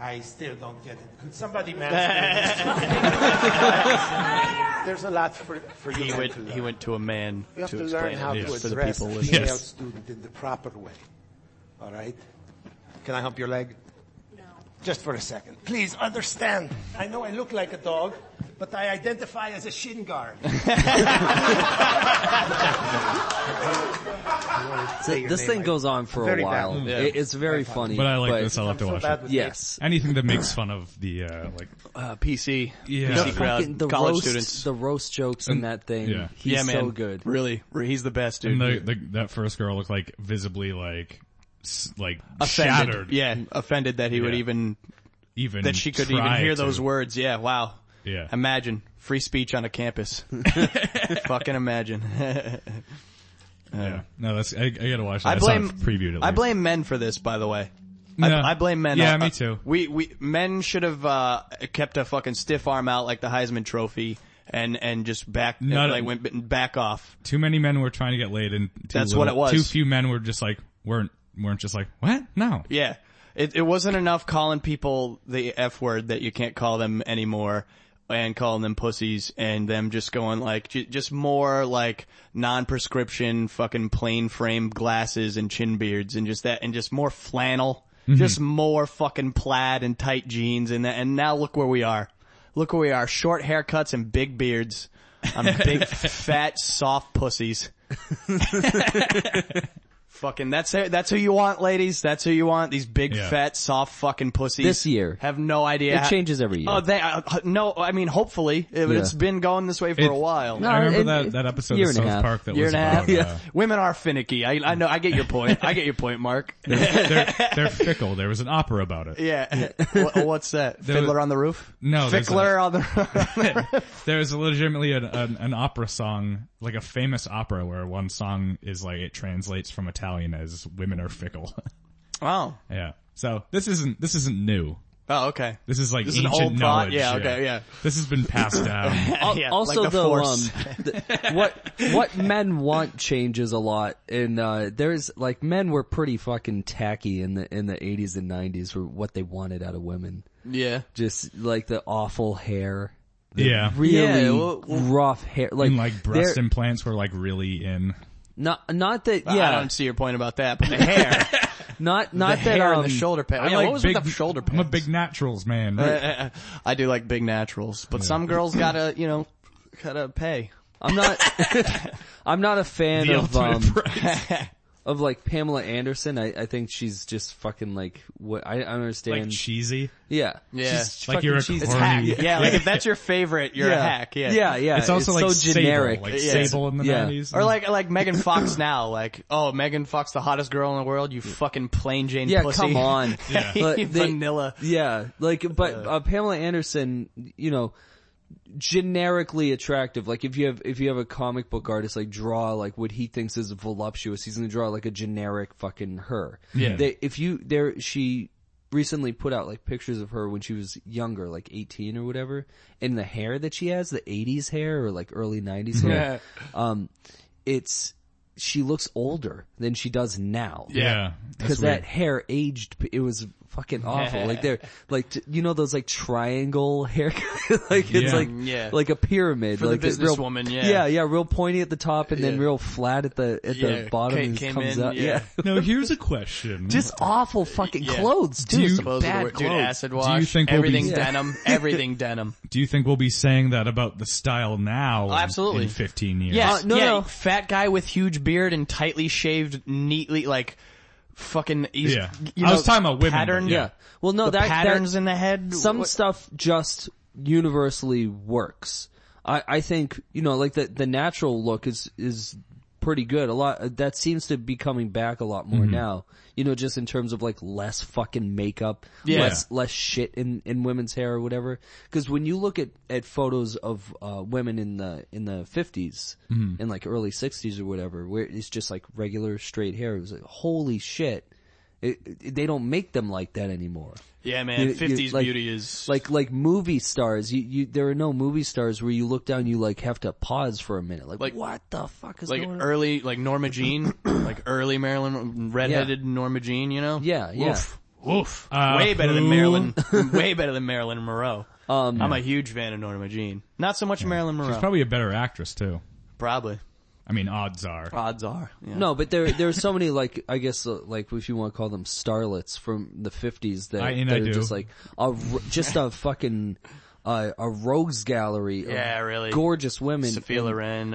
S7: I still don't get it. Could somebody mansplain? There's a lot for, for you
S3: He
S7: men
S3: went,
S7: to learn.
S3: he went to a man
S7: You have
S3: to
S7: to
S3: explain
S7: learn how
S3: it
S7: to
S3: for the
S7: address
S3: people
S7: a
S3: listening.
S7: female
S1: Yes.
S7: student in the proper way. All right? Can I hump your leg? No. Just for a second. Please understand. I know I look like a dog, but I identify as a shin
S3: [laughs]
S7: guard.
S2: So this thing goes on for
S7: Very
S2: a while.
S7: valid.
S2: It- it's very funny.
S1: But I like this. I'll have to watch it.
S2: Yes.
S1: Anything that makes fun of the uh, like.
S3: Uh, PC,
S1: Yeah.
S3: PC
S1: The
S3: crowd,
S2: Fucking the
S3: college
S2: roast,
S3: students.
S2: the roast jokes in that thing.
S1: yeah.
S2: He's
S3: yeah, man,
S2: so good.
S3: Really, Re- he's the best dude.
S1: And the, the, that first girl looked like visibly like s- like
S3: offended,
S1: shattered.
S3: yeah, offended that he would
S1: Yeah.
S3: even
S1: Even
S3: that she could even
S1: try
S3: hear
S1: to-
S3: those words. Yeah, wow.
S1: Yeah.
S3: Imagine free speech on
S1: [laughs]
S3: a campus. Fucking imagine. [laughs]
S1: Yeah. No, that's I, I gotta watch that.
S3: I
S1: It's not
S3: blame
S1: previewed. At
S3: I
S1: least.
S3: blame men for this, by the way.
S1: No.
S3: I, I blame men.
S1: Yeah,
S3: Uh,
S1: me
S3: uh,
S1: too.
S3: We we men should have uh, kept a fucking stiff arm out like the Heisman Trophy and and just back
S1: None
S3: like
S1: of-
S3: went back off.
S1: Too many men were trying to get laid, and too
S3: That's
S1: little-
S3: what it was.
S1: Too few men were just like weren't weren't just like what? No,
S3: Yeah. It, it wasn't enough calling people the F word that you can't call them anymore and calling them pussies and them just going like, j- just more like non-prescription fucking plain frame glasses and chin beards and just that and just more flannel, just more fucking plaid and tight jeans and that. And now look where we are. Look where we are. Short haircuts and big beards on big fat soft pussies. Fucking that's it. That's who you want, ladies. That's who you want. These big,
S1: Yeah.
S3: fat, soft fucking pussies.
S2: This year.
S3: have no idea.
S2: It
S3: how-
S2: changes every year.
S3: Oh, they uh, uh, no. I mean, hopefully, It-
S2: Yeah.
S3: it's been going this way for
S1: It-
S3: a while.
S2: No,
S1: I remember
S2: it-
S1: that,
S2: it-
S1: that episode
S2: year
S1: of
S2: and a
S1: South
S2: half.
S1: Park that
S3: Year
S1: was
S3: and a half.
S1: about uh,
S3: Women are finicky. I, I know. I get your point. I get your
S2: [laughs]
S3: point, Mark.
S1: uh, they're,
S3: [laughs]
S1: they're fickle. There was an opera about it.
S3: Yeah. Wha- what's that?
S1: There was-
S3: Fiddler on the roof.
S1: No, there's
S3: Fickler
S1: a-
S2: [laughs]
S3: on the.
S1: [laughs] There is legitimately an, an, an opera song, like a famous opera, where one song is like it translates from Italian as "women are fickle." [laughs]
S3: wow.
S1: yeah. So this isn't this isn't new.
S3: Oh, okay.
S1: This is like
S3: This is an
S1: ancient
S3: old pro-
S1: knowledge.
S3: yeah, okay, yeah.
S1: [laughs] This has been passed down.
S3: [laughs] Al- Yeah,
S2: also
S3: like the
S2: though,
S3: Force.
S2: um, th-
S3: [laughs]
S2: what what men want changes a lot, and uh, there's like men were pretty fucking tacky in the in the 80s and 90s for what they wanted out of women.
S3: Yeah.
S2: Just like the awful hair,
S1: yeah.
S2: really
S3: Yeah, well-
S2: rough hair, like
S1: And like breast
S2: they're-
S1: implants were like really in.
S2: Not not that
S3: I
S2: yeah,
S3: don't see your point about that, but the
S2: [laughs]
S3: hair,
S2: not
S3: the
S2: not that
S3: hair,
S2: um,
S3: and the shoulder pad. yeah,
S1: like
S3: what was
S1: big,
S3: with the shoulder pads?
S1: I'm a big naturals man.
S3: Uh,
S1: Right?
S3: uh, uh, I do like big naturals, but some girls gotta, you know, gotta pay.
S2: I'm not.
S3: [laughs]
S2: I'm not a fan
S1: the
S2: of
S1: ultimate [laughs]
S2: um,
S1: prize.
S2: of like Pamela Anderson. I, I think she's just fucking like what I, I don't understand.
S1: like cheesy.
S2: yeah,
S3: Yeah.
S2: She's
S1: Like
S2: fucking
S1: you're a
S2: cheesy.
S1: corny- [laughs]
S3: Hack.
S1: Yeah.
S3: Yeah, like if that's your favorite, you're a hack. Yeah.
S2: yeah, yeah.
S1: It's also like
S2: so generic.
S1: Sable, like
S3: Yeah.
S1: Sable in the
S2: Yeah.
S1: 90s.
S3: Or like like Megan Fox [coughs] now, like oh Megan Fox, the hottest girl in the world, you fucking plain Jane
S2: yeah,
S3: pussy.
S2: come
S3: [laughs]
S2: on,
S1: Yeah.
S2: But
S3: You
S2: they-
S3: vanilla.
S2: Yeah, like but uh, Pamela Anderson, you know, generically attractive. Like if you have if you have a comic book artist like draw like what he thinks is voluptuous, he's gonna draw like a generic fucking her.
S1: Yeah.
S2: They, if you there, she recently put out like pictures of her when she was younger, like eighteen or whatever, and the hair that she has, the eighties hair or like early nineties hair. Um, it's she looks older than she does now
S1: yeah. That's
S2: because that
S1: weird.
S2: hair aged. p- It was fucking awful. like they're like t- you know those like triangle [laughs] haircut. like it's
S1: Yeah.
S2: like
S3: Yeah.
S2: like a pyramid.
S3: For the
S2: like it's real-
S3: businesswoman, yeah.
S2: yeah, yeah, real pointy at the top and then
S3: Yeah.
S2: real flat at the at
S3: Yeah,
S2: the bottom
S3: ca-
S2: and
S3: came
S2: comes
S3: in,
S2: up.
S3: yeah.
S2: Yeah. [laughs]
S1: Now here's a
S3: [laughs]
S1: question.
S2: Just awful fucking
S3: Yeah.
S2: clothes too.
S1: Do you-
S2: Some
S3: Those
S2: bad
S3: are the wor- dude,
S2: clothes.
S3: acid wash.
S1: think we'll be-
S3: everything
S1: Yeah. [laughs]
S3: denim? Everything denim.
S1: Do you think we'll be saying that about the style now? in-
S3: Oh, absolutely.
S1: In 15 years.
S3: Yeah,
S2: Uh, no,
S3: yeah,
S2: no.
S3: fat guy with huge beard and tightly shaved, neatly like fucking. he's-
S1: Yeah.
S3: you
S1: I
S3: know,
S1: was talking about women, but
S3: pattern.
S1: yeah.
S2: Well, no,
S3: the
S2: that
S3: patterns
S2: that,
S3: in the head.
S2: some
S3: what-
S2: stuff just universally works. I, I think, you know, like the, the natural look is, is pretty good. A lot, that seems to be coming back a lot more now. You know, just in terms of like less fucking makeup,
S3: Yeah.
S2: less, less shit in, in women's hair or whatever. Cause when you look at, at photos of, uh, women in the, in the 50s and like early 60s or whatever, where it's just like regular straight hair, it was like, holy shit. It, it- they don't make them like that anymore
S3: Yeah, man.
S2: you- you-
S3: Fifties
S2: like-
S3: beauty is
S2: like like movie stars. You you there are no movie stars where you look down, you like have to pause for a minute. Like,
S3: Like-
S2: what the fuck is
S3: like
S2: going on?
S3: early, like
S2: [coughs]
S3: Norma Jean, like early Marilyn, redheaded Norma Jean. You know?
S2: Yeah, yeah.
S3: Oof. Oof.
S1: Uh,
S3: way better than
S1: who-
S3: Marilyn. [laughs] way better than Marilyn Monroe.
S2: Um,
S3: I'm a huge fan of Norma Jean. Not so much Marilyn Monroe.
S1: She's probably a better actress too.
S3: probably.
S1: I mean, odds are.
S3: Odds are. Yeah.
S2: No, but there there are so many like I guess uh, like if you want to call them starlets from the fifties that,
S1: I- and
S2: that
S1: I
S2: are
S1: do.
S2: just like a r- just a fucking uh, a rogues gallery. of
S3: Yeah, really.
S2: gorgeous women.
S3: Sophia Loren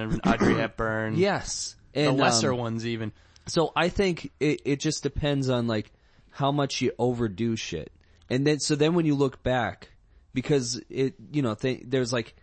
S2: [coughs]
S3: and Audrey Hepburn.
S2: Yes,
S3: The
S2: and,
S3: lesser
S2: um,
S3: ones even.
S2: So I think it, it just depends on like how much you overdo shit. And then, so then when you look back, because it, you know, th- there's like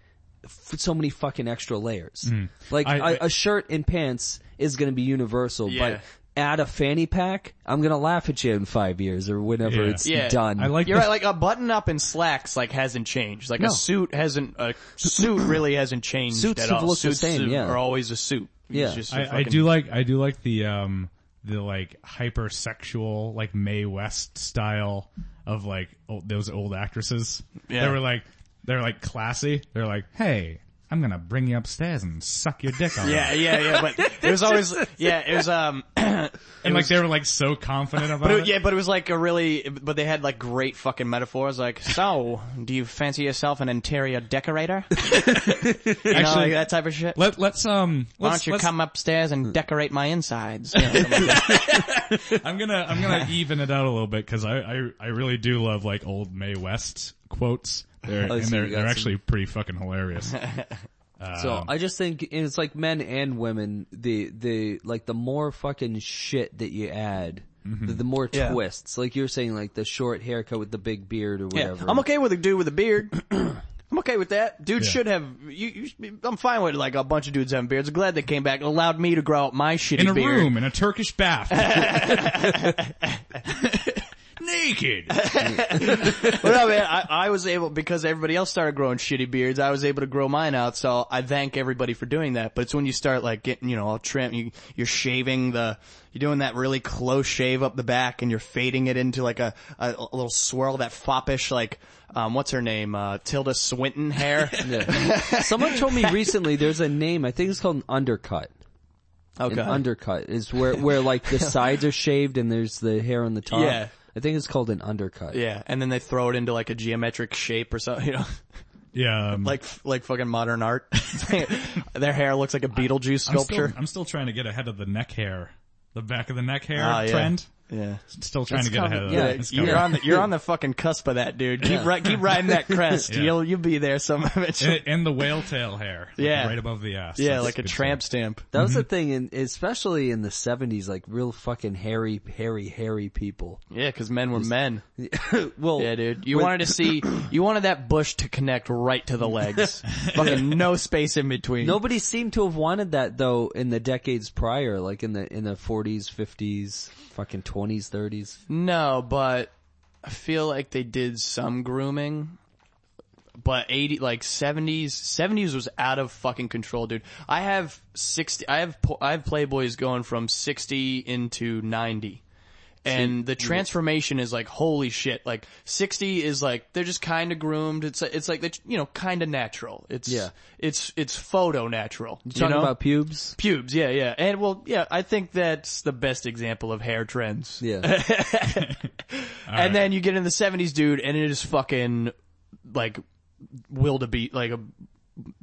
S2: f- so many fucking extra layers. Like
S1: Hmm. I-
S2: a- a shirt and pants is going to be universal,
S3: Yeah.
S2: but add a fanny pack, I'm going to laugh at you in five years or whenever
S1: Yeah.
S2: it's
S3: Yeah.
S2: done.
S1: I like
S3: You're
S1: the-
S3: right. Like a button up and slacks like hasn't changed. Like a
S2: No.
S3: suit hasn't. A suit really hasn't changed
S2: Suits
S3: at
S2: have
S3: all.
S2: looked the
S3: Suits
S2: same,
S3: have-
S2: yeah.
S3: are always a suit. It's
S2: Yeah.
S3: just a
S1: I, I
S3: fucking-
S1: do like I do like the um the like hypersexual like Mae West style of like old, those old actresses.
S3: Yeah.
S1: They were like they were like classy. They're like, hey, I I'm gonna bring you upstairs and suck your
S3: [laughs]
S1: dick on
S3: Yeah,
S1: it.
S3: yeah, yeah. But it was always yeah. It was um. [clears throat]
S1: And like they were like so confident about
S3: [laughs] But
S1: it.
S3: it, yeah, but it was like a really, but they had like great fucking metaphors. Like, so do you fancy yourself an interior decorator? [laughs] You know,
S1: Actually-
S3: like that type of shit.
S1: Let let's um
S3: Why
S1: let's,
S3: don't you
S1: let's-
S3: come upstairs and decorate my insides? You know, something like
S1: I'm gonna I'm
S3: [laughs]
S1: gonna even it out a little bit because I, I I really do love like old Mae West quotes.
S3: [laughs]
S1: They're,
S3: Oh,
S2: I
S1: and
S2: see
S1: they're
S2: you got
S1: they're
S2: some.
S1: actually pretty fucking hilarious.
S2: So
S3: Um,
S2: I just think and it's like men and women. The the like the more fucking shit that you add, the, the more
S3: Mm-hmm. Yeah.
S2: twists. Like you're saying, like the short haircut with the big beard or
S3: Yeah,
S2: whatever.
S3: I'm okay with a dude with a beard. [clears throat] I'm okay with that. Dude
S1: Yeah.
S3: should have. You, you, should- I'm fine with like a bunch of dudes having beards. Glad they came back. Allowed me to grow out my shitty
S1: in a
S3: beard.
S1: room in a Turkish
S3: [laughs]
S1: bath, [laughs] naked.
S3: But no, man, I, I was able because everybody else started growing shitty beards. I was able to grow mine out, so I thank everybody for doing that. But it's when you start like getting, you know, all trim, you, you're shaving the, you're doing that really close shave up the back, and you're fading it into like a a, a little swirl, that foppish like, um, what's her name, uh, Tilda
S1: [laughs]
S3: Swinton hair.
S2: Yeah.
S3: [laughs]
S2: Someone told me recently there's a name. I think it's called an undercut.
S3: Okay.
S2: An undercut
S3: [laughs]
S2: is where where like the sides are shaved and there's the hair on the top.
S3: Yeah.
S2: I think it's called an undercut.
S3: Yeah, and then they throw it into like a geometric shape or something, [laughs] you know,
S1: Yeah, um,
S3: like like fucking modern art. [laughs] Their hair looks like a Beetlejuice
S1: I'm still-
S3: sculpture.
S1: I'm still trying to get ahead of the neck hair, the back of the neck hair
S3: Ah, yeah.
S1: trend.
S3: yeah,
S1: Still trying to get ahead of
S2: yeah,
S1: that. It's
S3: Uh, you're
S1: coming.
S3: on the you're on the fucking cusp of that, dude. Keep ri- keep riding
S1: [laughs]
S3: that crest.
S1: Yeah.
S3: You'll you'll be there some eventually.
S1: [laughs] and, and the whale tail hair, like,
S3: Yeah.
S1: right above the ass.
S3: [laughs] yeah,
S1: That's
S3: like a
S1: good
S3: tramp
S1: stuff.
S3: stamp.
S2: That was the thing, in, especially in the 70s, like real fucking hairy, hairy, hairy people.
S3: Yeah, because men were men.
S2: Well,
S3: Yeah, dude. You wanted to see you wanted that bush to connect right to the [laughs] legs. fucking no space in between.
S2: Nobody seemed to have wanted that though in the decades prior, like in the in the 40s, 50s, fucking 20s, 30s.
S3: No, but I feel like they did some grooming. But 80, like 70s, 70s was out of fucking control, dude. I have 60, I have, po- I have Playboys going from 60 into 90. And the transformation is like, holy shit, like 60 is like, they're just kinda groomed. It's, it's like, it's, you know, kinda natural. It's,
S2: Yeah.
S3: it's, it's photo natural. You
S2: Talking
S3: know?
S2: about pubes.
S3: pubes. Yeah, yeah. And well, yeah, I think that's the best example of hair trends.
S2: Yeah.
S3: And then you get in the seventies, dude, and it is fucking like wildebeest, like a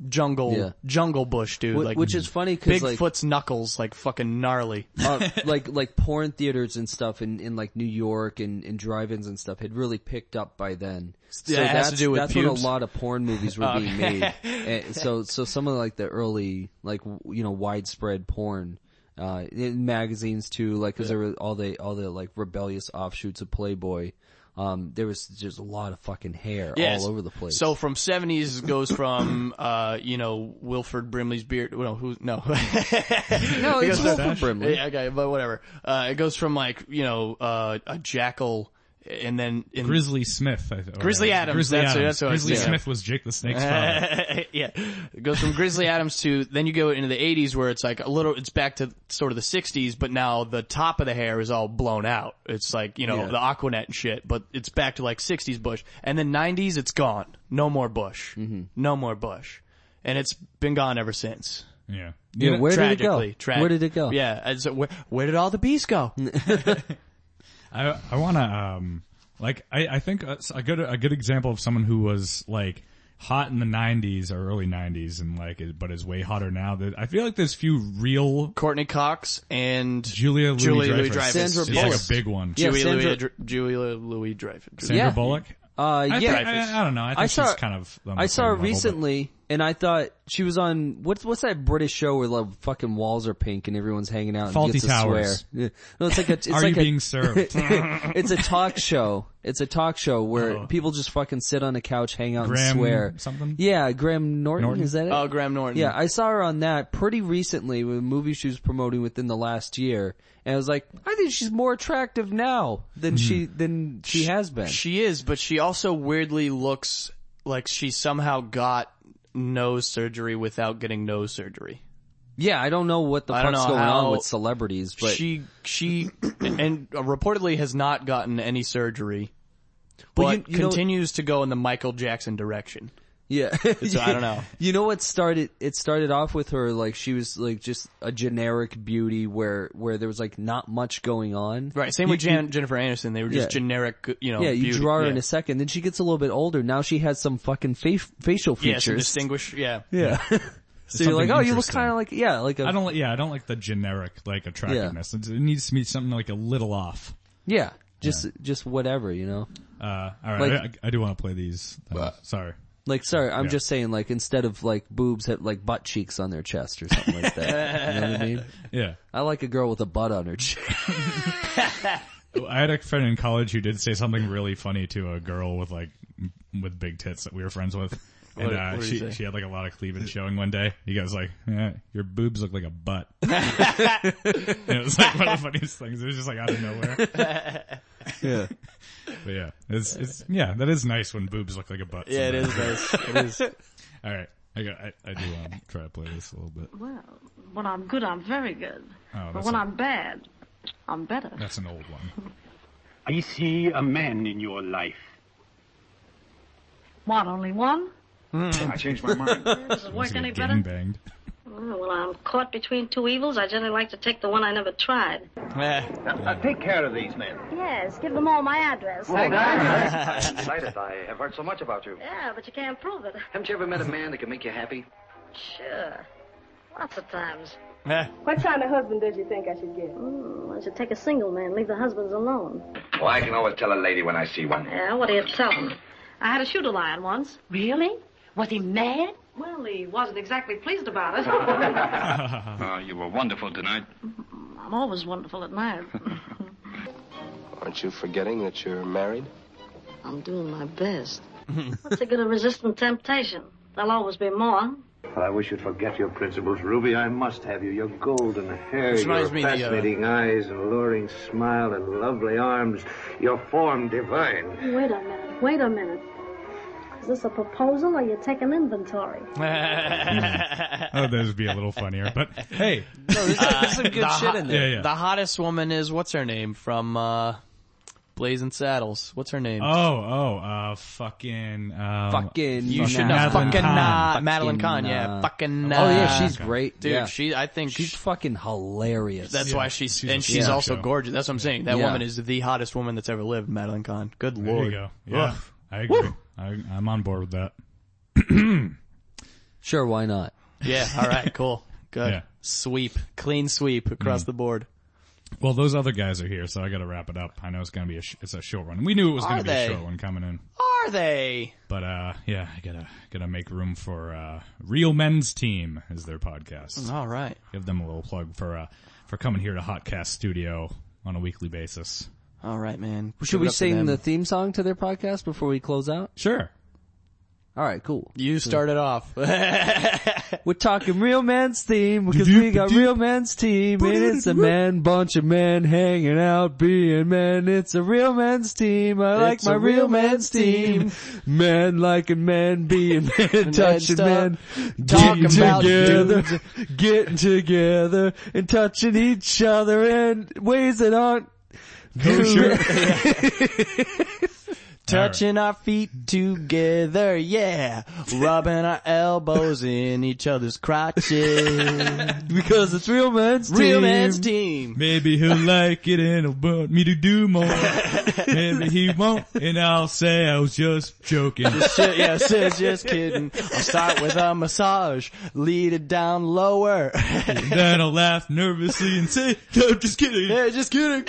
S3: jungle,
S2: Yeah.
S3: jungle bush, dude.
S2: Wh-
S3: like
S2: which is funny 'cause, like-
S3: Bigfoot's knuckles, like fucking gnarly. [laughs]
S2: uh, like like porn theaters and stuff in, in like New York and, and drive-ins and stuff had really picked up by then. So
S3: Yeah, it has
S2: that's,
S3: to do with
S2: that's when a
S3: pubes.
S2: lot of porn movies were being
S3: [laughs]
S2: made. And so so some of like the early like w- you know widespread porn uh, in magazines too, like because there were all the all the like rebellious offshoots of Playboy. Um, there was just a lot of fucking hair
S3: Yes.
S2: all over the place.
S3: So from seventies goes from uh, you know Wilford Brimley's beard. Well, who? No, [laughs]
S2: no, it's
S3: because
S2: Wilford
S1: that's-
S2: Brimley.
S3: Yeah, okay, but whatever. Uh, it goes from like, you know, uh, a jackal and then in,
S1: Grizzly Smith. I th- or-
S3: Grizzly Adams,
S1: Grizzly
S3: that's-
S1: Adams.
S3: that's what I was
S1: Grizzly
S3: thinking.
S1: Smith was Jake the Snake's father.
S3: [laughs] yeah, it goes from Grizzly Adams to then you go into the 80s where it's like a little, it's back to sort of the 60s, but now the top of the hair is all blown out. It's like you know
S2: Yeah.
S3: the Aquanet and shit, but it's back to like 60s bush, and then 90s it's gone, no more bush,
S2: Mm-hmm.
S3: no more bush, and it's been gone ever since.
S1: Yeah.
S2: Yeah,
S1: You know,
S2: where did it
S3: Tragically,
S2: go?
S3: Tra-
S2: Where did it go?
S3: Yeah, and so where, where did all the bees
S2: [laughs]
S3: go?
S1: I I want to um like I I think a, a good a good example of someone who was like hot in the 90s or early 90s and like is- but is way hotter now. That I feel like there's few real
S3: Courtney Cox and
S1: Julia Louis
S3: Julia
S1: Dreyfus.
S3: Louis-Dreyfus.
S2: Sandra
S1: is
S2: Bullock.
S1: like a big one.
S2: Yeah,
S3: Julia
S2: Sandra-
S3: Louis Julia Louis Dreyfus.
S1: Sandra
S2: Yeah.
S1: Bullock.
S2: Uh,
S1: I,
S2: yeah.
S1: think, I, I don't know. I think
S2: I saw-
S1: she's kind of. on the
S2: I saw
S1: same
S2: her
S1: level, but-
S2: recently, and I thought she was on what's what's that British show where the fucking walls are pink and everyone's hanging out and
S1: Fawlty
S2: gets to
S1: Towers.
S2: swear. Yeah. No, it's
S1: [laughs]
S2: like a, it's
S1: Are
S2: like
S1: you
S2: a,
S1: being served?
S2: [laughs] it's a talk show. It's a talk show where
S1: Oh.
S2: people just fucking sit on a couch, hang out,
S1: Graham
S2: and swear.
S1: something?
S2: Yeah, Graham Norton,
S1: Norton?
S2: is that it?
S3: Oh, Graham Norton.
S2: Yeah, I saw her on that pretty recently with a movie she was promoting within the last year, and I was like, I think she's more attractive now than
S1: Mm-hmm.
S2: she than she has been.
S3: She is, but she also weirdly looks like she somehow got nose surgery without getting nose surgery.
S2: yeah, I don't know what the
S3: I don't
S2: fuck's
S3: know
S2: going
S3: how
S2: on with celebrities, but
S3: she she [clears throat] and reportedly has not gotten any surgery, but
S2: Well, you- you know-
S3: continues to go in the Michael Jackson direction.
S2: Yeah.
S3: [laughs] So I don't know.
S2: [laughs] You know what started, it started off with her like she was like just a generic beauty where, where there was like not much going on.
S3: Right. Same
S2: You-
S3: with Jan- Jennifer Aniston. They were just
S2: Yeah.
S3: generic, you know.
S2: yeah, you
S3: beauty-
S2: draw her
S3: yeah.
S2: in a second. Then she gets a little bit older. Now she has some fucking fa- facial
S3: Yeah, some
S2: features.
S3: distinguish. Yeah.
S2: yeah. [laughs] so you're
S1: Something
S2: like, oh, you look
S1: interesting.
S2: kind of like, yeah, like a,
S1: I don't. li- Yeah, I don't like the generic like attractiveness. It it needs to be something like a little off.
S2: yeah, just, just whatever, you know?
S1: Uh, all right,
S2: Like-
S1: I, I do want to play these. though. Sorry.
S2: Like, sorry, I'm
S1: Yeah.
S2: just saying like instead of like boobs have like butt cheeks on their chest or something like that. you know what I
S3: [laughs]
S2: mean?
S1: Yeah.
S2: I like a girl with a butt on her chest.
S1: I had a friend in college who did say something really funny to a girl with like with big tits that we were friends
S3: [laughs]
S1: with, and
S3: What-
S1: uh,
S3: what did he
S1: she
S3: say?
S1: she had like a lot of cleavage showing one day. He goes like, "Yeah, "Your boobs look like a
S3: [laughs]
S1: butt." [laughs] and it was like one of the funniest things. It was just like out of nowhere. But
S2: Yeah.
S1: yeah, it's it's yeah, that is nice when boobs look like a butt.
S3: Yeah, it
S1: sometimes.
S3: is nice. It is.
S1: [laughs] All right, I got I, I do want to try to play this a little bit.
S10: Well, when I'm good, I'm very good.
S1: Oh,
S10: but
S1: that's
S10: when
S1: a-
S10: i I'm bad, I'm better.
S1: That's an old one.
S11: I see a man in your life.
S10: What, only one?
S11: I changed my mind.
S10: Does it work
S1: It's like
S10: any
S1: a
S10: better?
S1: gangbanged.
S10: Oh, well, I'm caught between two evils. I generally like to take the one I never tried.
S3: Eh.
S11: I uh, take care of these men.
S10: Yes, give them all my address.
S3: [laughs]
S11: I'm excited. I have heard so much about you.
S10: Yeah, but you can't prove it.
S11: Haven't you ever met a man that can make you happy?
S10: Sure. Lots of times.
S3: Eh.
S12: What kind of husband does you think I should get?
S10: Hmm, I should take a single man, leave the husbands alone.
S11: Well, I can always tell a lady when I see one.
S3: [laughs]
S10: Yeah, what do you tell them? I had a shoot a lion once.
S12: Really? Was he mad?
S10: Well, he wasn't exactly pleased about it.
S11: Oh, you were wonderful tonight.
S10: Mm, I'm always wonderful at
S11: [laughs]
S10: night.
S11: Aren't you forgetting that you're married?
S10: I'm doing my best. What's the good of resisting temptation? There'll always be more.
S11: Well, I wish you'd forget your principles, Ruby. I must have you. Your golden hair,
S3: This
S11: your
S3: reminds me of the, uh,
S11: fascinating eyes, and alluring smile, and lovely arms. Your form divine.
S10: Wait a minute. Wait a minute. Is this a proposal or you take an inventory?
S1: Oh, those would be a little funnier, but
S11: [laughs]
S1: hey,
S2: There's some good
S3: Uh, the
S2: shit
S3: hot-
S2: in
S1: yeah,
S2: there.
S1: yeah.
S3: The hottest woman is what's her name from uh, Blazing Saddles? What's her name?
S1: Oh, oh, uh, fucking, um,
S2: Fucking
S3: you
S2: nah.
S3: should know.
S1: Madeline
S3: Fucking
S1: Kahn.
S3: nah,
S1: Fucking
S3: Madeline Kahn.
S2: nah.
S3: Yeah, fucking nah.
S2: Oh yeah, she's great.
S3: dude.
S2: yeah.
S3: She, I think
S2: she's
S3: she-
S2: fucking hilarious.
S3: that's
S1: Yeah,
S3: why she's,
S1: she's a
S3: and she's
S1: freak
S3: also
S1: show.
S3: gorgeous. That's what I'm saying. That
S2: Yeah.
S3: woman is the hottest woman that's ever lived. Madeline Kahn. Good
S1: There
S3: lord.
S1: you go. Yeah,
S3: Ugh.
S1: I agree. I, I'm on board with that.
S2: sure, why not?
S3: Yeah. All right. Cool. Good.
S1: Yeah.
S3: Sweep. Clean sweep across the board.
S1: Well, those other guys are here, so I got to wrap it up. I know it's gonna be a sh- it's a short one. We knew it was gonna
S3: Are
S1: be a
S3: they?
S1: short one coming in,
S3: Are they?
S1: but uh, yeah, I gotta gotta make room for uh, Real Men's Team is their podcast.
S3: All right.
S1: Give them a little plug for uh for coming here to Hotcast Studio on a weekly basis.
S3: All right, man.
S2: Should
S3: Give it
S2: we
S3: up for
S2: sing
S3: them.
S2: the theme song to their podcast before we close out?
S1: Sure.
S2: All right, cool.
S3: You started off. [laughs]
S2: We're talking real man's team because we got real man's team and it's a man bunch of men hanging out being men. It's a real man's team. I like
S3: It's
S2: my
S3: a
S2: real
S3: real
S2: man's
S3: man's
S2: team. Men liking men
S3: [laughs]
S2: being men, touching
S3: stop
S2: men,
S3: talking
S2: getting
S3: about
S2: together, getting together and touching each other in ways that aren't
S1: Kosher.
S2: [laughs]
S3: [laughs] Touching our feet together, yeah. Rubbing our elbows in each other's crotches.
S2: because it's real man's team.
S3: Real
S2: [laughs]
S3: man's team.
S1: Maybe he'll like it and he'll want me to do more. Maybe he won't, and I'll say I was just joking.
S3: Shit, yeah, sis, just kidding. I'll start with a massage, lead it down lower.
S1: then I'll laugh nervously and say, "I'm just kidding."
S3: yeah, just kidding.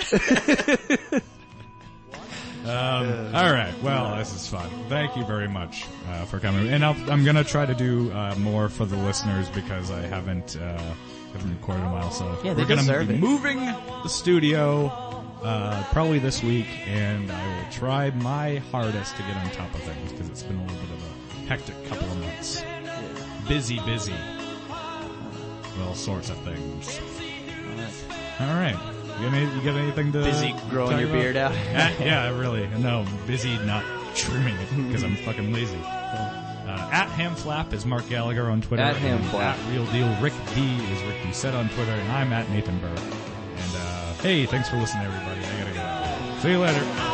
S1: Um, All right. Well, this is fun. Thank you very much uh, for coming. And I'll, I'm gonna try to do uh, more for the listeners because I haven't uh, haven't recorded in a while. So
S3: Yeah, they
S1: we're gonna
S3: deserve
S1: be
S3: it.
S1: moving the studio uh, probably this week, and I will try my hardest to get on top of things because it's been a little bit of a hectic couple of months. Busy, busy. With all sorts of things. All right. You got, any, you got anything to
S3: Busy growing
S1: talk
S3: your
S1: about?
S3: beard out.
S1: [laughs] Ah, yeah, really. No, I'm busy not trimming it because I'm fucking lazy. Uh, at Hamflap is Mark Gallagher on Twitter.
S2: At
S1: and
S2: Hamflap.
S1: At Real Deal Rick D is Rick D Set on Twitter, and I'm at Nathan Burr. And uh, hey, thanks for listening, everybody. I gotta go. See you later.